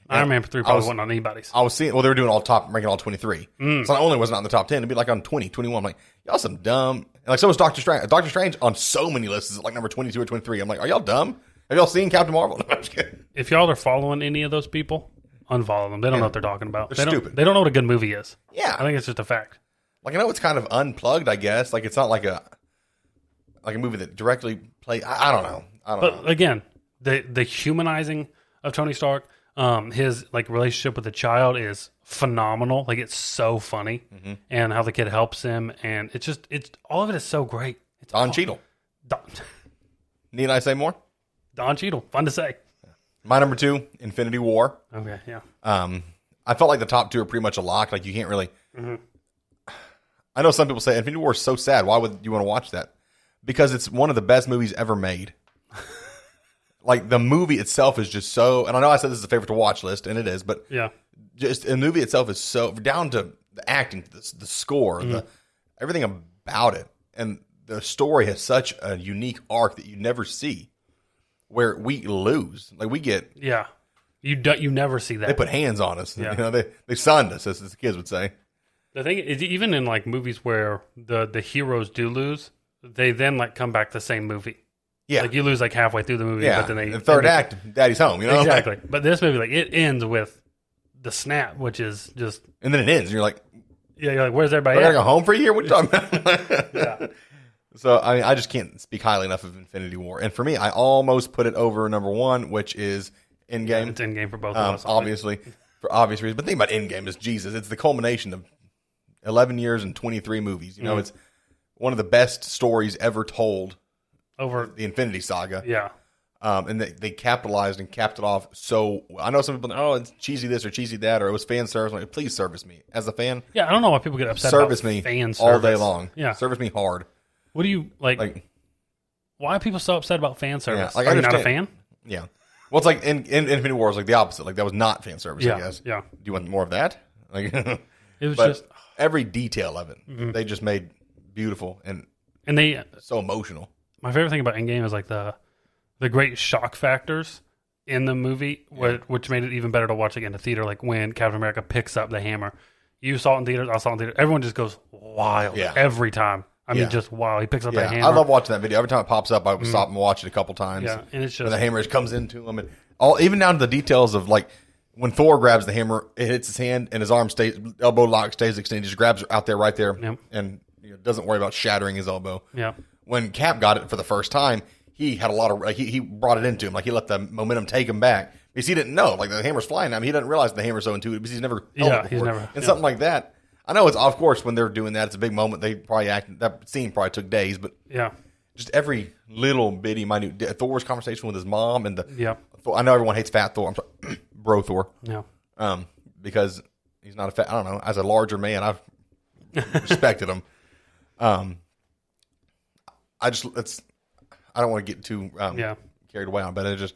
Speaker 2: Iron Man three
Speaker 1: I
Speaker 2: probably
Speaker 1: was-
Speaker 2: wasn't on anybody's.
Speaker 1: I was seeing, well, they were doing all top, ranking all 23. So not only was it not in the top 10, it'd be like on 20, 21. I'm like, y'all some dumb. And like, so was Doctor Strange. Doctor Strange on so many lists is like number 22 or 23. I'm like, are y'all dumb? Have y'all seen Captain Marvel? No, I'm just kidding.
Speaker 2: If y'all are following any of those people, unfollow them. They don't know what they're talking about. They're they do
Speaker 1: stupid.
Speaker 2: They don't know what a good movie is.
Speaker 1: Yeah.
Speaker 2: I think it's just a fact.
Speaker 1: like, I know it's kind of unplugged, I guess. Like, it's not like a, like a movie that directly play. I, I don't know. I don't know.
Speaker 2: But again, the the humanizing of Tony Stark, um, his like relationship with the child is phenomenal. Like it's so funny,
Speaker 1: Mm-hmm.
Speaker 2: and how the kid helps him, and it's just it's all of it is so great. It's
Speaker 1: Don
Speaker 2: all-
Speaker 1: Cheadle.
Speaker 2: Don,
Speaker 1: Need I say more?
Speaker 2: Don Cheadle, fun to say.
Speaker 1: My number two, Infinity War.
Speaker 2: Okay, yeah,
Speaker 1: Um, I felt like the top two are pretty much a lock. Like, you can't really. I know some people say Infinity War is so sad. Why would you want to watch that? Because it's one of the best movies ever made. like the movie itself is just so. And I know I said this is a favorite to watch list, and it is, but
Speaker 2: Yeah.
Speaker 1: just the movie itself is so down to the acting, the, the score, the everything about it, and the story has such a unique arc that you never see. Where we lose, like we get,
Speaker 2: Yeah. You do, you never see that.
Speaker 1: they put hands on us.
Speaker 2: Yeah.
Speaker 1: You know, they they sunned us, as the kids would say.
Speaker 2: the thing is, even in like movies where the the heroes do lose, they then like come back the same movie.
Speaker 1: Yeah,
Speaker 2: Like you lose like halfway through the movie,
Speaker 1: yeah.
Speaker 2: but then they
Speaker 1: the third
Speaker 2: and they-
Speaker 1: act, Daddy's home. You know, Like,
Speaker 2: exactly. But this movie, like it ends with the snap, which is just
Speaker 1: and then it ends, and you're like,
Speaker 2: yeah. You're like, where's everybody?
Speaker 1: I
Speaker 2: at?
Speaker 1: gotta go home for a year. What are you talking about? So I mean, I just can't speak highly enough of Infinity War, and for me, I almost put it over number one, which is Endgame.
Speaker 2: It's in game for both
Speaker 1: um,
Speaker 2: of us.
Speaker 1: obviously, for obvious reasons. But think about Endgame is Jesus. It's the culmination of eleven years and twenty three movies.
Speaker 2: Mm-hmm.
Speaker 1: You know, it's one of the best stories ever told.
Speaker 2: Over
Speaker 1: The Infinity Saga,
Speaker 2: yeah.
Speaker 1: um, and they, they capitalized and capped it off. So I know some people, oh, it's cheesy this or cheesy that, or it was fan service. I'm like, please service me as a fan.
Speaker 2: Yeah, I don't know why people get upset.
Speaker 1: service
Speaker 2: about
Speaker 1: me
Speaker 2: fan
Speaker 1: all day
Speaker 2: service.
Speaker 1: long.
Speaker 2: Yeah.
Speaker 1: service me hard.
Speaker 2: What do you like?
Speaker 1: Like,
Speaker 2: why are people so upset about fan service?
Speaker 1: Yeah, like, I
Speaker 2: are you not a
Speaker 1: understand.
Speaker 2: fan?
Speaker 1: yeah. Well, it's like in, in Infinity War, it's like the opposite. Like that was not fan service.
Speaker 2: Yeah,
Speaker 1: I guess.
Speaker 2: yeah.
Speaker 1: Do you want more of that? Like,
Speaker 2: It was
Speaker 1: but
Speaker 2: just Mm-hmm.
Speaker 1: every detail of it, they just made beautiful and
Speaker 2: and they
Speaker 1: so emotional.
Speaker 2: my favorite thing about Endgame is like the the great shock factors in the movie, whi- which made it even better to watch again in the theater. Like when Captain America picks up the hammer, you saw it in theaters, I saw it in theater. Everyone just goes wild
Speaker 1: Yeah.
Speaker 2: every time. I mean,
Speaker 1: Yeah.
Speaker 2: just wow. He picks up
Speaker 1: Yeah,
Speaker 2: that hammer. Mm-hmm.
Speaker 1: I love watching that video. Every time it pops up, I would stop and watch it a couple times.
Speaker 2: yeah, and it's
Speaker 1: And the
Speaker 2: just
Speaker 1: hammer just comes into him, and all even down to the details of like when Thor grabs the hammer, it hits his hand, and his arm stays elbow lock stays extended. He just grabs it out there, right there,
Speaker 2: Yep.
Speaker 1: and you know, doesn't worry about shattering his elbow.
Speaker 2: yeah,
Speaker 1: when Cap got it for the first time, he had a lot of like, he he brought it into him, like he let the momentum take him back because he didn't know like the hammer's flying. I mean, he didn't realize the hammer's so intuitive because he's never held
Speaker 2: Yeah,
Speaker 1: it
Speaker 2: he's
Speaker 1: before.
Speaker 2: never-
Speaker 1: and
Speaker 2: yeah.
Speaker 1: something like that. I know it's of course when they're doing that, it's a big moment. They probably act that scene probably took days, but
Speaker 2: yeah,
Speaker 1: just every little bitty minute Thor's conversation with his mom and the
Speaker 2: yeah,
Speaker 1: Thor, I know everyone hates Fat Thor. I'm sorry, Bro Thor,
Speaker 2: yeah.
Speaker 1: um, because he's not a fat. I don't know. As a larger man, I've respected him. Um, I just it's. I don't want to get too um,
Speaker 2: Yeah.
Speaker 1: carried away on, but it just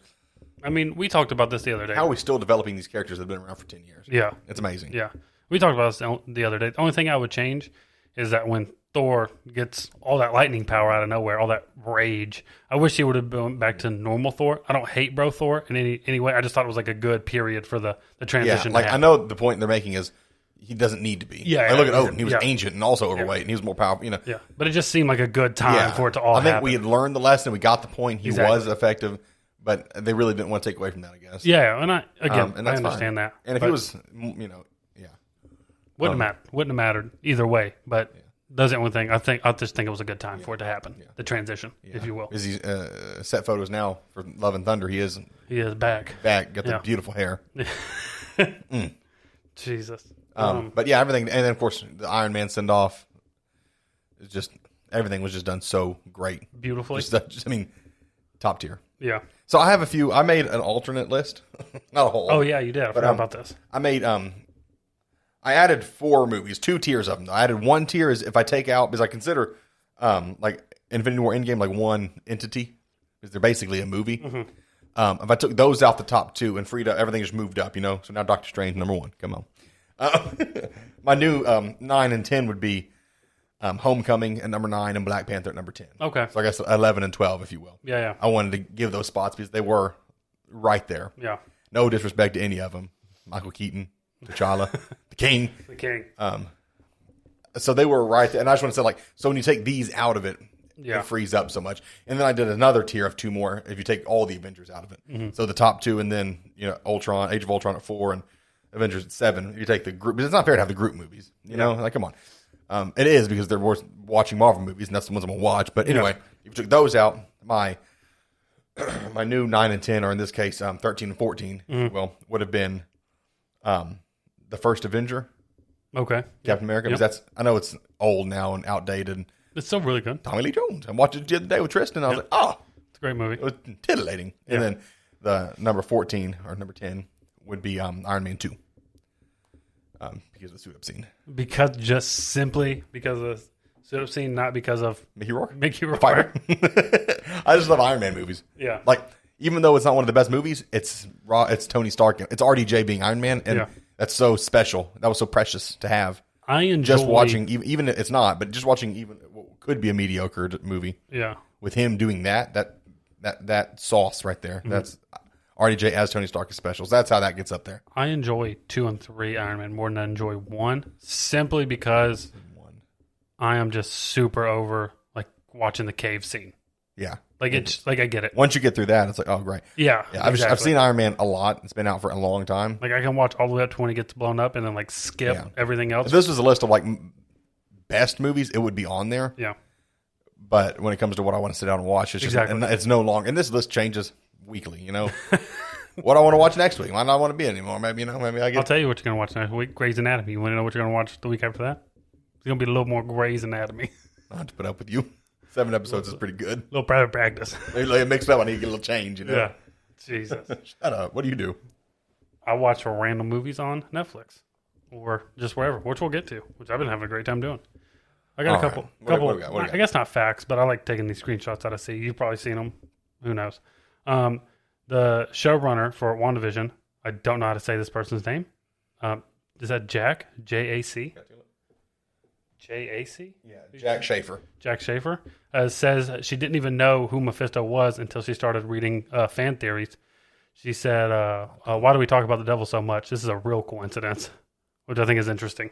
Speaker 2: I mean, we talked about this the other day.
Speaker 1: how are we still developing these characters that have been around for ten years?
Speaker 2: yeah,
Speaker 1: It's amazing.
Speaker 2: Yeah, we talked about this the- the other day. The only thing I would change is that when Thor gets all that lightning power out of nowhere, all that rage. I wish he would have been back to normal Thor. I don't hate Bro Thor in any any way. I just thought it was like a good period for the the
Speaker 1: Yeah,
Speaker 2: transition.
Speaker 1: like
Speaker 2: to
Speaker 1: I
Speaker 2: happen.
Speaker 1: know the point they're making is he doesn't need to be.
Speaker 2: Yeah,
Speaker 1: Like,
Speaker 2: yeah,
Speaker 1: look at
Speaker 2: he's-
Speaker 1: Odin; he was
Speaker 2: yeah.
Speaker 1: ancient and also overweight, and he was more powerful. You know,
Speaker 2: Yeah, but it just seemed like a good time for it to all
Speaker 1: I think
Speaker 2: happen.
Speaker 1: we had learned the lesson. We got the point. He
Speaker 2: Exactly.
Speaker 1: was effective, but they really didn't want to take away from that. I guess.
Speaker 2: yeah, and I again,
Speaker 1: Um, and
Speaker 2: I
Speaker 1: that's fine.
Speaker 2: understand that.
Speaker 1: And if
Speaker 2: but
Speaker 1: he was, um, mm, you know, yeah,
Speaker 2: wouldn't have mattered, wouldn't have mattered either way. But that's the only thing I think. I just think it was a good time for it to happen. The transition, if you will.
Speaker 1: is he uh, set photos now for Love and Thunder? He is
Speaker 2: He is back.
Speaker 1: back, got the
Speaker 2: Yeah.
Speaker 1: beautiful hair.
Speaker 2: Jesus.
Speaker 1: Um, but yeah, everything, and then of course the Iron Man send off. It's just everything was just done so great.
Speaker 2: Beautifully.
Speaker 1: Just, just- I mean, top tier.
Speaker 2: yeah.
Speaker 1: So I have a few. I made an alternate list, not a whole.
Speaker 2: Oh yeah, you did. I forgot
Speaker 1: um,
Speaker 2: about this.
Speaker 1: I made um I added four movies, two tiers of them. I added one tier is if I take out because I consider um like Infinity War Endgame like one entity because they're basically a movie.
Speaker 2: Mm-hmm.
Speaker 1: Um, if I took those out the top two and freed up everything just moved up, you know. So now Doctor Strange number one. Come on. Uh, my new um, nine and ten would be um, Homecoming at number nine and Black Panther at number ten.
Speaker 2: Okay.
Speaker 1: So I guess eleven and twelve, if you will.
Speaker 2: Yeah, yeah,
Speaker 1: I wanted to give those spots because they were right there.
Speaker 2: yeah.
Speaker 1: No disrespect to any of them. Michael Keaton, T'Challa, the King.
Speaker 2: The king.
Speaker 1: So they were right there. And I just want to say, like, so when you take these out of it,
Speaker 2: Yeah.
Speaker 1: it frees up so much. And then I did another tier of two more if you take all the Avengers out of it. So the top two, and then, you know, Ultron, Age of Ultron at four, and Avengers at seven. If you take the group, because it's not fair to have the group movies, you know? Like, come on. Um, it is because they're worth watching Marvel movies, and that's the ones I'm going to watch. But anyway, if you took those out, my my new nine and ten, or in this case, um, thirteen and 14 well, would have been um, the first Avenger,
Speaker 2: okay.
Speaker 1: Captain America. Because that's I know it's old now and outdated. And
Speaker 2: It's still really good.
Speaker 1: Tommy Lee Jones. I watched it the other day with Tristan. I was like, oh,
Speaker 2: It's a great movie.
Speaker 1: it was titillating. And then the number fourteen or number ten would be um, Iron Man two, um, because of the suit up scene.
Speaker 2: Because just simply because of suit up scene, not because of
Speaker 1: Mickey Rourke,
Speaker 2: Mickey Rourke.
Speaker 1: Fighter. I just love Iron Man movies.
Speaker 2: Yeah.
Speaker 1: like even though it's not one of the best movies, it's raw. It's Tony Stark. It's RDJ being Iron Man, and
Speaker 2: Yeah.
Speaker 1: that's so special. That was so precious to have.
Speaker 2: I enjoy
Speaker 1: Just watching, even, even if it's not, but just watching even what could be a mediocre d- movie
Speaker 2: Yeah,
Speaker 1: with him doing that. That that that sauce right there.
Speaker 2: Mm-hmm.
Speaker 1: That's RDJ as Tony Stark is special. So that's how that gets up there.
Speaker 2: I enjoy two and three Iron Man more than I enjoy one, simply because
Speaker 1: One.
Speaker 2: I am just super over like watching the cave scene.
Speaker 1: Yeah.
Speaker 2: Like it's like I get it.
Speaker 1: Once you get through that, it's like, oh great.
Speaker 2: Yeah,
Speaker 1: Mm-hmm. Yeah, I've, I've
Speaker 2: exactly.
Speaker 1: seen Iron Man a lot. It's been out for a long time.
Speaker 2: Like I can watch all the way up to when it gets blown up, and then like skip
Speaker 1: Yeah.
Speaker 2: everything else.
Speaker 1: If this was a list of like m- best movies, it would be on there.
Speaker 2: yeah,
Speaker 1: But when it comes to what I want to sit down and watch, it's just
Speaker 2: Exactly.
Speaker 1: and it's no longer. And this list changes weekly. You know, what I want to watch next week might not want to be anymore. Maybe you know, maybe I
Speaker 2: I'll
Speaker 1: get
Speaker 2: tell you what you're gonna watch next week: Grey's Anatomy. You want to know what you're gonna watch the week after that? It's gonna be a little more Grey's Anatomy,
Speaker 1: I'll have to put up with you. Seven episodes is pretty good.
Speaker 2: a little private practice.
Speaker 1: Maybe like, it mixed up. I need to get a little change. You know,
Speaker 2: yeah, Jesus.
Speaker 1: shut up. What do you do?
Speaker 2: I watch random movies on Netflix or just wherever, which we'll get to, which I've been having a great time doing. I got
Speaker 1: All
Speaker 2: a
Speaker 1: right.
Speaker 2: couple,
Speaker 1: What do-
Speaker 2: couple.
Speaker 1: what do we got? What do we
Speaker 2: I
Speaker 1: got?
Speaker 2: guess not facts, but I like taking these screenshots that I see. You've probably seen them. Who knows? Um, the showrunner for WandaVision. I don't know how to say this person's name. Um, is that Jack J A C J A C?
Speaker 1: Yeah, Jack Schaefer.
Speaker 2: Jack Schaefer, uh, says she didn't even know who Mephisto was until she started reading uh, fan theories. She said, uh, uh, "Why do we talk about the devil so much? This is a real coincidence," which I think is interesting.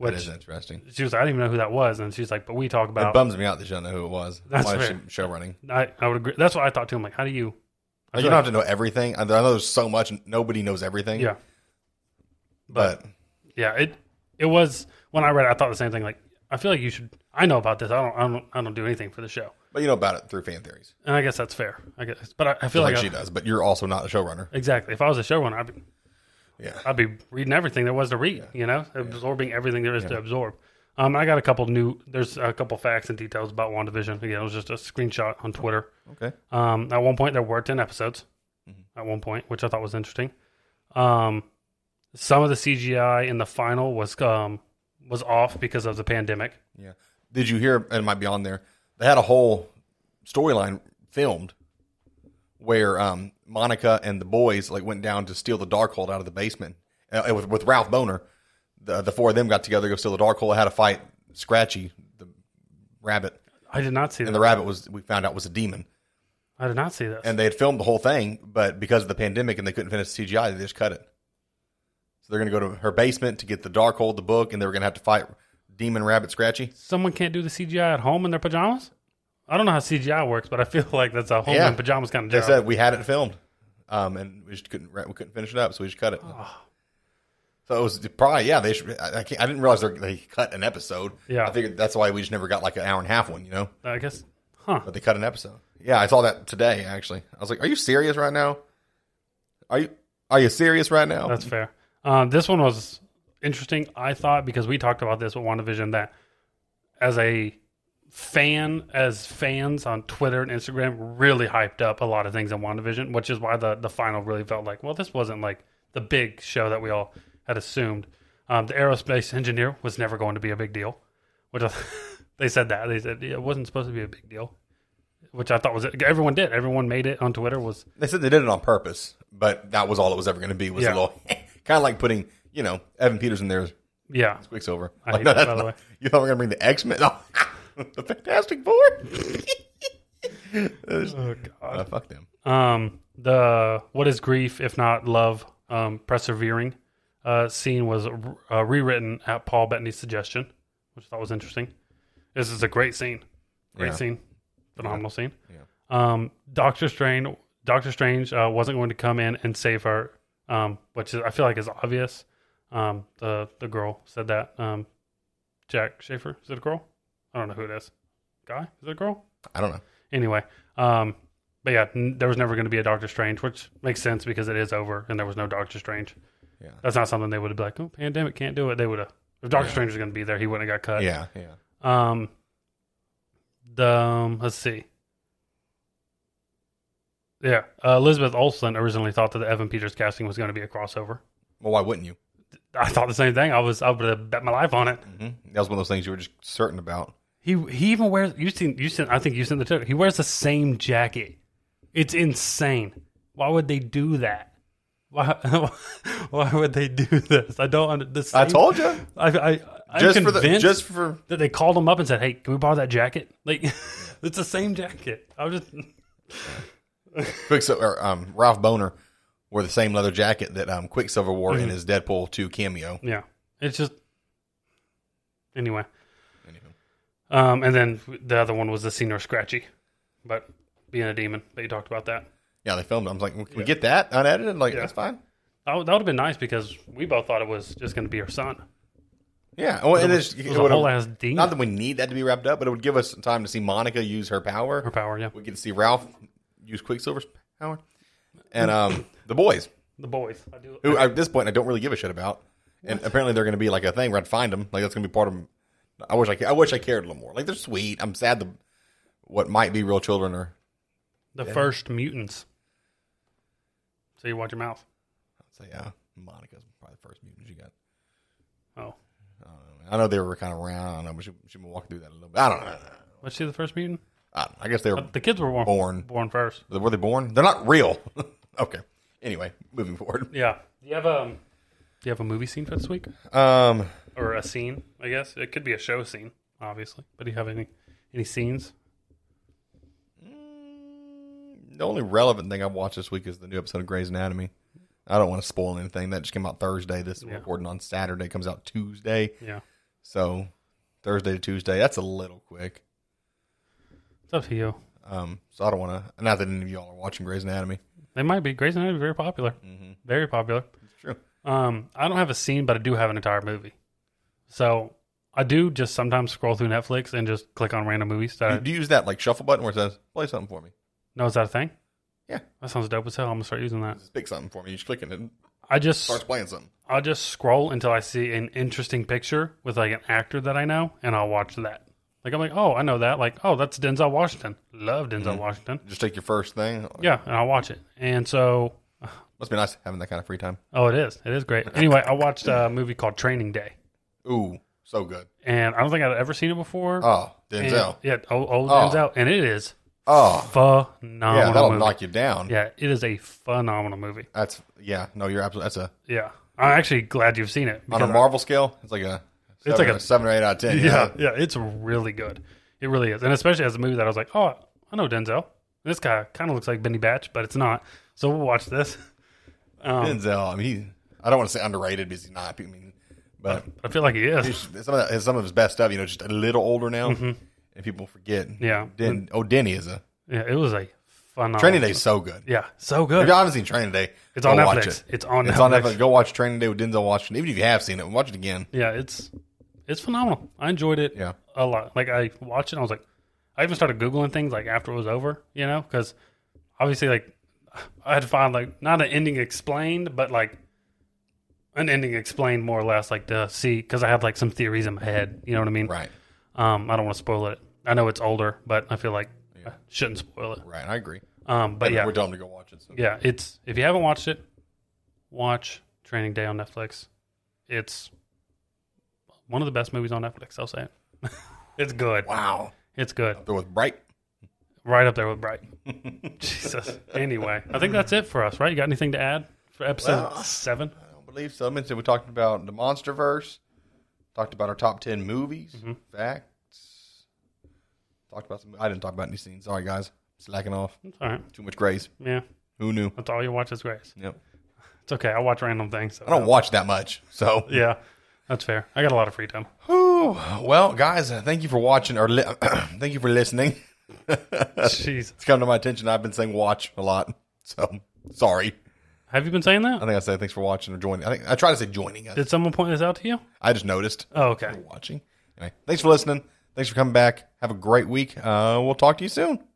Speaker 1: That
Speaker 2: Which
Speaker 1: is interesting.
Speaker 2: she was, like, I didn't even know who that was, and she's like, "But we talk
Speaker 1: It
Speaker 2: about."
Speaker 1: bums me out that you don't know who it was.
Speaker 2: That's
Speaker 1: Why is
Speaker 2: fair.
Speaker 1: she show running?
Speaker 2: I, I would agree. That's what I thought too. I'm like, "How do you?" I
Speaker 1: You
Speaker 2: feel
Speaker 1: don't have
Speaker 2: like-
Speaker 1: to know everything. I I know there's so much. and Nobody knows everything.
Speaker 2: yeah,
Speaker 1: but
Speaker 2: yeah. It it was when I read. it, I thought the same thing. Like, I feel like you should. I know about this. I don't. I don't. I don't do anything for the show,
Speaker 1: but you know about it through fan theories,
Speaker 2: and I guess that's fair. I guess, but I, I feel
Speaker 1: like,
Speaker 2: like, I-
Speaker 1: she does. But you're also not a showrunner.
Speaker 2: exactly. If I was a showrunner, I'd be
Speaker 1: Yeah,
Speaker 2: I'd be reading everything there was to read, you know, absorbing everything there is to absorb. Um, I got a couple new, there's a couple facts and details about WandaVision. Again, it was just a screenshot on Twitter.
Speaker 1: okay.
Speaker 2: Um, at one point, there were 10 episodes
Speaker 1: Mm-hmm.
Speaker 2: at one point, which I thought was interesting. Um, some of the CGI in the final was, um, was off because of the pandemic.
Speaker 1: Yeah. Did you hear? and It might be on there. They had a whole storyline filmed where um, Monica and the boys like went down to steal the Darkhold out of the basement. Uh, it was with Ralph Boner. The the four of them got together to go steal the Darkhold. Had a fight. Scratchy the rabbit,
Speaker 2: I did not see
Speaker 1: and the
Speaker 2: that.
Speaker 1: rabbit was we found out was a demon.
Speaker 2: I did not see this.
Speaker 1: And they had filmed the whole thing, but because of the pandemic and they couldn't finish the CGI, they just cut it. So they're going to go to her basement to get the Darkhold, the book, and they were going to have to fight Demon Rabbit Scratchy.
Speaker 2: Someone can't do the CGI at home in their pajamas? I don't know how CGI works, but I feel like that's a home
Speaker 1: Yeah.
Speaker 2: in pajamas kind of
Speaker 1: They
Speaker 2: job.
Speaker 1: said we had it filmed, um, and we just couldn't we couldn't finish it up, so we just cut it.
Speaker 2: Oh.
Speaker 1: So it was probably yeah. They should, I, I, can't, I didn't realize they- they cut an episode.
Speaker 2: Yeah.
Speaker 1: I figured that's why we just never got like an hour and a half one, you know.
Speaker 2: I guess, huh?
Speaker 1: But they cut an episode. Yeah, I saw that today. Actually, I was like, "Are you serious right now? Are you are you serious right now?"
Speaker 2: That's fair. Um, this one was interesting, I thought, because we talked about this with WandaVision that as a fan, as fans on Twitter and Instagram really hyped up a lot of things in WandaVision, which is why the, the final really felt like, well, this wasn't like the big show that we all had assumed. Um, the aerospace engineer was never going to be a big deal, which I, they said that. They said it wasn't supposed to be a big deal. Which I thought was everyone did. Everyone made it on Twitter was
Speaker 1: They said they did it on purpose, but that was all it was ever going to be. Was
Speaker 2: Yeah.
Speaker 1: a little kind of like putting you know Evan Peters in there as
Speaker 2: yeah.
Speaker 1: Quicksilver.
Speaker 2: I
Speaker 1: Like,
Speaker 2: hate
Speaker 1: no,
Speaker 2: that,
Speaker 1: that's
Speaker 2: by the
Speaker 1: not-
Speaker 2: way.
Speaker 1: You thought we were going to bring the X Men? No. the Fantastic Four?
Speaker 2: Oh god.
Speaker 1: Uh, fuck them.
Speaker 2: um the what is grief if not love um persevering uh scene was uh, rewritten at paul bettany's suggestion which i thought was interesting this is a great scene great
Speaker 1: Yeah.
Speaker 2: scene phenomenal scene um dr strange dr strange uh, wasn't going to come in and save her um which is, i feel like is obvious um the the girl said that um jack schaefer is it a girl i don't know who it is guy is it a girl
Speaker 1: I don't know.
Speaker 2: anyway um but yeah n- there was never going to be a doctor strange which makes sense because it is over and there was no doctor strange
Speaker 1: Yeah.
Speaker 2: that's not something they would have been like oh pandemic can't do it they would have if doctor strange was going to be there he wouldn't have got cut
Speaker 1: Yeah, yeah.
Speaker 2: um the um, let's see yeah uh, elizabeth olsen originally thought that the evan peters casting was going to be a crossover
Speaker 1: Well, why wouldn't you?
Speaker 2: i thought the same thing i was i would have bet my life on it
Speaker 1: hmm That was one of those things you were just certain about.
Speaker 2: he he even wears you seen you seen i think you seen the ticket he wears the same jacket It's insane. Why would they do that? Why? Why would they do this? I don't. under- The
Speaker 1: I
Speaker 2: same-
Speaker 1: told you.
Speaker 2: I, I, I'm
Speaker 1: Just for
Speaker 2: convinced
Speaker 1: the just for
Speaker 2: that they called him up and said, "Hey, can we borrow that jacket?" Like, it's the same jacket. I was just
Speaker 1: Quicksilver, or, um, Ralph Boner wore the same leather jacket that um, Quicksilver wore
Speaker 2: Mm-hmm.
Speaker 1: in his Deadpool 2 cameo.
Speaker 2: yeah. It's just anyway.
Speaker 1: Anywho.
Speaker 2: Um, and then the other one was the senior scratchy, but being a demon, they talked about that.
Speaker 1: Yeah, they filmed it. I was like, can we get that unedited? Like,
Speaker 2: Yeah.
Speaker 1: that's fine.
Speaker 2: That would, that would have been nice because we both thought it was just going to be her son.
Speaker 1: Yeah. Well, it,
Speaker 2: It
Speaker 1: is,
Speaker 2: was,
Speaker 1: it
Speaker 2: it was a
Speaker 1: would've-
Speaker 2: whole ass demon.
Speaker 1: not that we need that to be wrapped up, but it would give us time to see Monica use her power.
Speaker 2: her power, yeah.
Speaker 1: We get to see Ralph use Quicksilver's power. And um, the boys,
Speaker 2: The boys, I do.
Speaker 1: who at this point I don't really give a shit about. And apparently they're going to be like a thing where I'd find them. Like, that's going to be part of. I wish I, ca- I wish I cared a little more. Like they're sweet. I'm sad the what might be real children are
Speaker 2: The first mutants. So you watch your mouth.
Speaker 1: So yeah, Monica's probably the first mutant she got.
Speaker 2: Oh,
Speaker 1: I don't know. I know they were kind of around. I don't know, but she she been walking through that a little bit. I don't know.
Speaker 2: was she the first mutant?
Speaker 1: I, don't know. I guess they were
Speaker 2: The kids were born
Speaker 1: born.
Speaker 2: born first.
Speaker 1: Were they born? They're not real. okay. Anyway, moving forward.
Speaker 2: Yeah. Do you have um? Do you have a movie scene for this week,
Speaker 1: Um,
Speaker 2: or a scene? I guess it could be a show scene, obviously. But do you have any any scenes?
Speaker 1: the only relevant thing I've watched this week is the new episode of Grey's Anatomy. I don't want to spoil anything. That just came out Thursday. This is
Speaker 2: Yeah.
Speaker 1: recording on Saturday. It comes out Tuesday.
Speaker 2: Yeah.
Speaker 1: So Thursday to Tuesday. That's a little quick.
Speaker 2: It's up to you.
Speaker 1: Um, so I don't want to. Not that any of y'all are watching Grey's Anatomy.
Speaker 2: They might be. Grey's Anatomy is very popular. Very popular.
Speaker 1: It's true.
Speaker 2: Um, I don't have a scene, but I do have an entire movie. So I do just sometimes scroll through Netflix and just click on random movies. That I-
Speaker 1: Do, do you use that like shuffle button where it says play something for me?
Speaker 2: no, is that a thing?
Speaker 1: Yeah.
Speaker 2: That sounds dope as hell. I'm gonna start using that.
Speaker 1: Just pick something for me. You just click it and it
Speaker 2: I just
Speaker 1: starts playing something.
Speaker 2: I'll just scroll until I see an interesting picture with like an actor that I know, and I'll watch that. Like I'm like, oh, I know that. Like, oh, that's Denzel Washington. Love Denzel
Speaker 1: Mm-hmm.
Speaker 2: Washington.
Speaker 1: Just take your first thing.
Speaker 2: Yeah, and I'll watch it. And so,
Speaker 1: Must be nice having that kind of free time.
Speaker 2: oh, it is. It is great. Anyway, I watched a movie called Training Day,
Speaker 1: Ooh, so good.
Speaker 2: and I don't think I'd ever seen it before.
Speaker 1: Oh,
Speaker 2: And-
Speaker 1: Denzel.
Speaker 2: yeah, old, old
Speaker 1: Oh.
Speaker 2: Denzel, and it is
Speaker 1: Oh,
Speaker 2: phenomenal.
Speaker 1: yeah, that'll
Speaker 2: movie.
Speaker 1: knock you down.
Speaker 2: yeah, it is a phenomenal movie.
Speaker 1: That's yeah. No, you're absolutely. That's a
Speaker 2: Yeah, I'm actually glad you've seen it.
Speaker 1: on
Speaker 2: because
Speaker 1: a Marvel scale. It's like a. Seven,
Speaker 2: like a-
Speaker 1: seven or eight out of ten.
Speaker 2: Yeah, yeah, it's really good. It really is, and especially as a movie that I was like, oh, I know Denzel. This guy kind of looks like Benny Batch, but it's not. So we'll watch this. Um,
Speaker 1: Denzel. I mean, he, I don't want to say underrated because he's not. I mean, but
Speaker 2: I feel like he
Speaker 1: he's-
Speaker 2: is.
Speaker 1: some of that, some of his best stuff. You know, just a little older now, and people forget.
Speaker 2: Mm-hmm. Yeah.
Speaker 1: Den, oh, Denny is a
Speaker 2: Yeah, it was a phenomenal.
Speaker 1: Training Day's so good.
Speaker 2: Yeah, so
Speaker 1: If
Speaker 2: good.
Speaker 1: you haven't seen Training Day,
Speaker 2: It's on
Speaker 1: go watch
Speaker 2: Netflix. It's on
Speaker 1: It's on
Speaker 2: Netflix.
Speaker 1: Netflix. Go watch Training Day with Denzel Washington. Even if you have seen it, watch it again.
Speaker 2: Yeah, it's it's phenomenal. I enjoyed it.
Speaker 1: Yeah.
Speaker 2: a lot. Like I watched it, and I was like, I even started googling things like after it was over, you know, because obviously like I had to find like not an ending explained, but like an ending explained more or less, like to see because I had like some theories in my head. You know what I mean?
Speaker 1: Right,
Speaker 2: Um, I don't want to spoil it. I know it's older, but I feel like I shouldn't spoil it.
Speaker 1: right. I agree.
Speaker 2: Um, but
Speaker 1: And
Speaker 2: yeah,
Speaker 1: we're telling them to go watch it. So.
Speaker 2: yeah, it's if you haven't watched it, watch Training Day on Netflix. It's one of the best movies on Netflix. I'll say it. it's good.
Speaker 1: Wow.
Speaker 2: It's good.
Speaker 1: They're with Bright.
Speaker 2: Right up there with Bright. Jesus. Anyway, I think that's it for us, right? You got anything to add for episode
Speaker 1: Well, uh,
Speaker 2: seven?
Speaker 1: I don't believe so. I mentioned we talked about the MonsterVerse. Talked about our top ten movies.
Speaker 2: Mm-hmm.
Speaker 1: Facts. Talked about some. I didn't talk about any scenes. Sorry, guys. Slacking off.
Speaker 2: It's all right.
Speaker 1: Too much grace.
Speaker 2: Yeah.
Speaker 1: Who knew?
Speaker 2: That's all you watch is Grace.
Speaker 1: Yep.
Speaker 2: It's okay. I watch random things. so-
Speaker 1: I don't watch that much, so
Speaker 2: Yeah. That's fair. I got a lot of free time.
Speaker 1: Whew. well, guys, uh, thank you for watching or li- thank you for listening.
Speaker 2: Jeez.
Speaker 1: It's come to my attention. I've been saying watch a lot, so sorry.
Speaker 2: Have you been saying
Speaker 1: I
Speaker 2: that?
Speaker 1: think I said thanks for watching or joining. I think I try to say joining. I,
Speaker 2: Did someone point this out to you?
Speaker 1: I just noticed
Speaker 2: Oh, okay.
Speaker 1: watching. Anyway, thanks for listening. Thanks for coming back. Have a great week. Uh, we'll talk to you soon.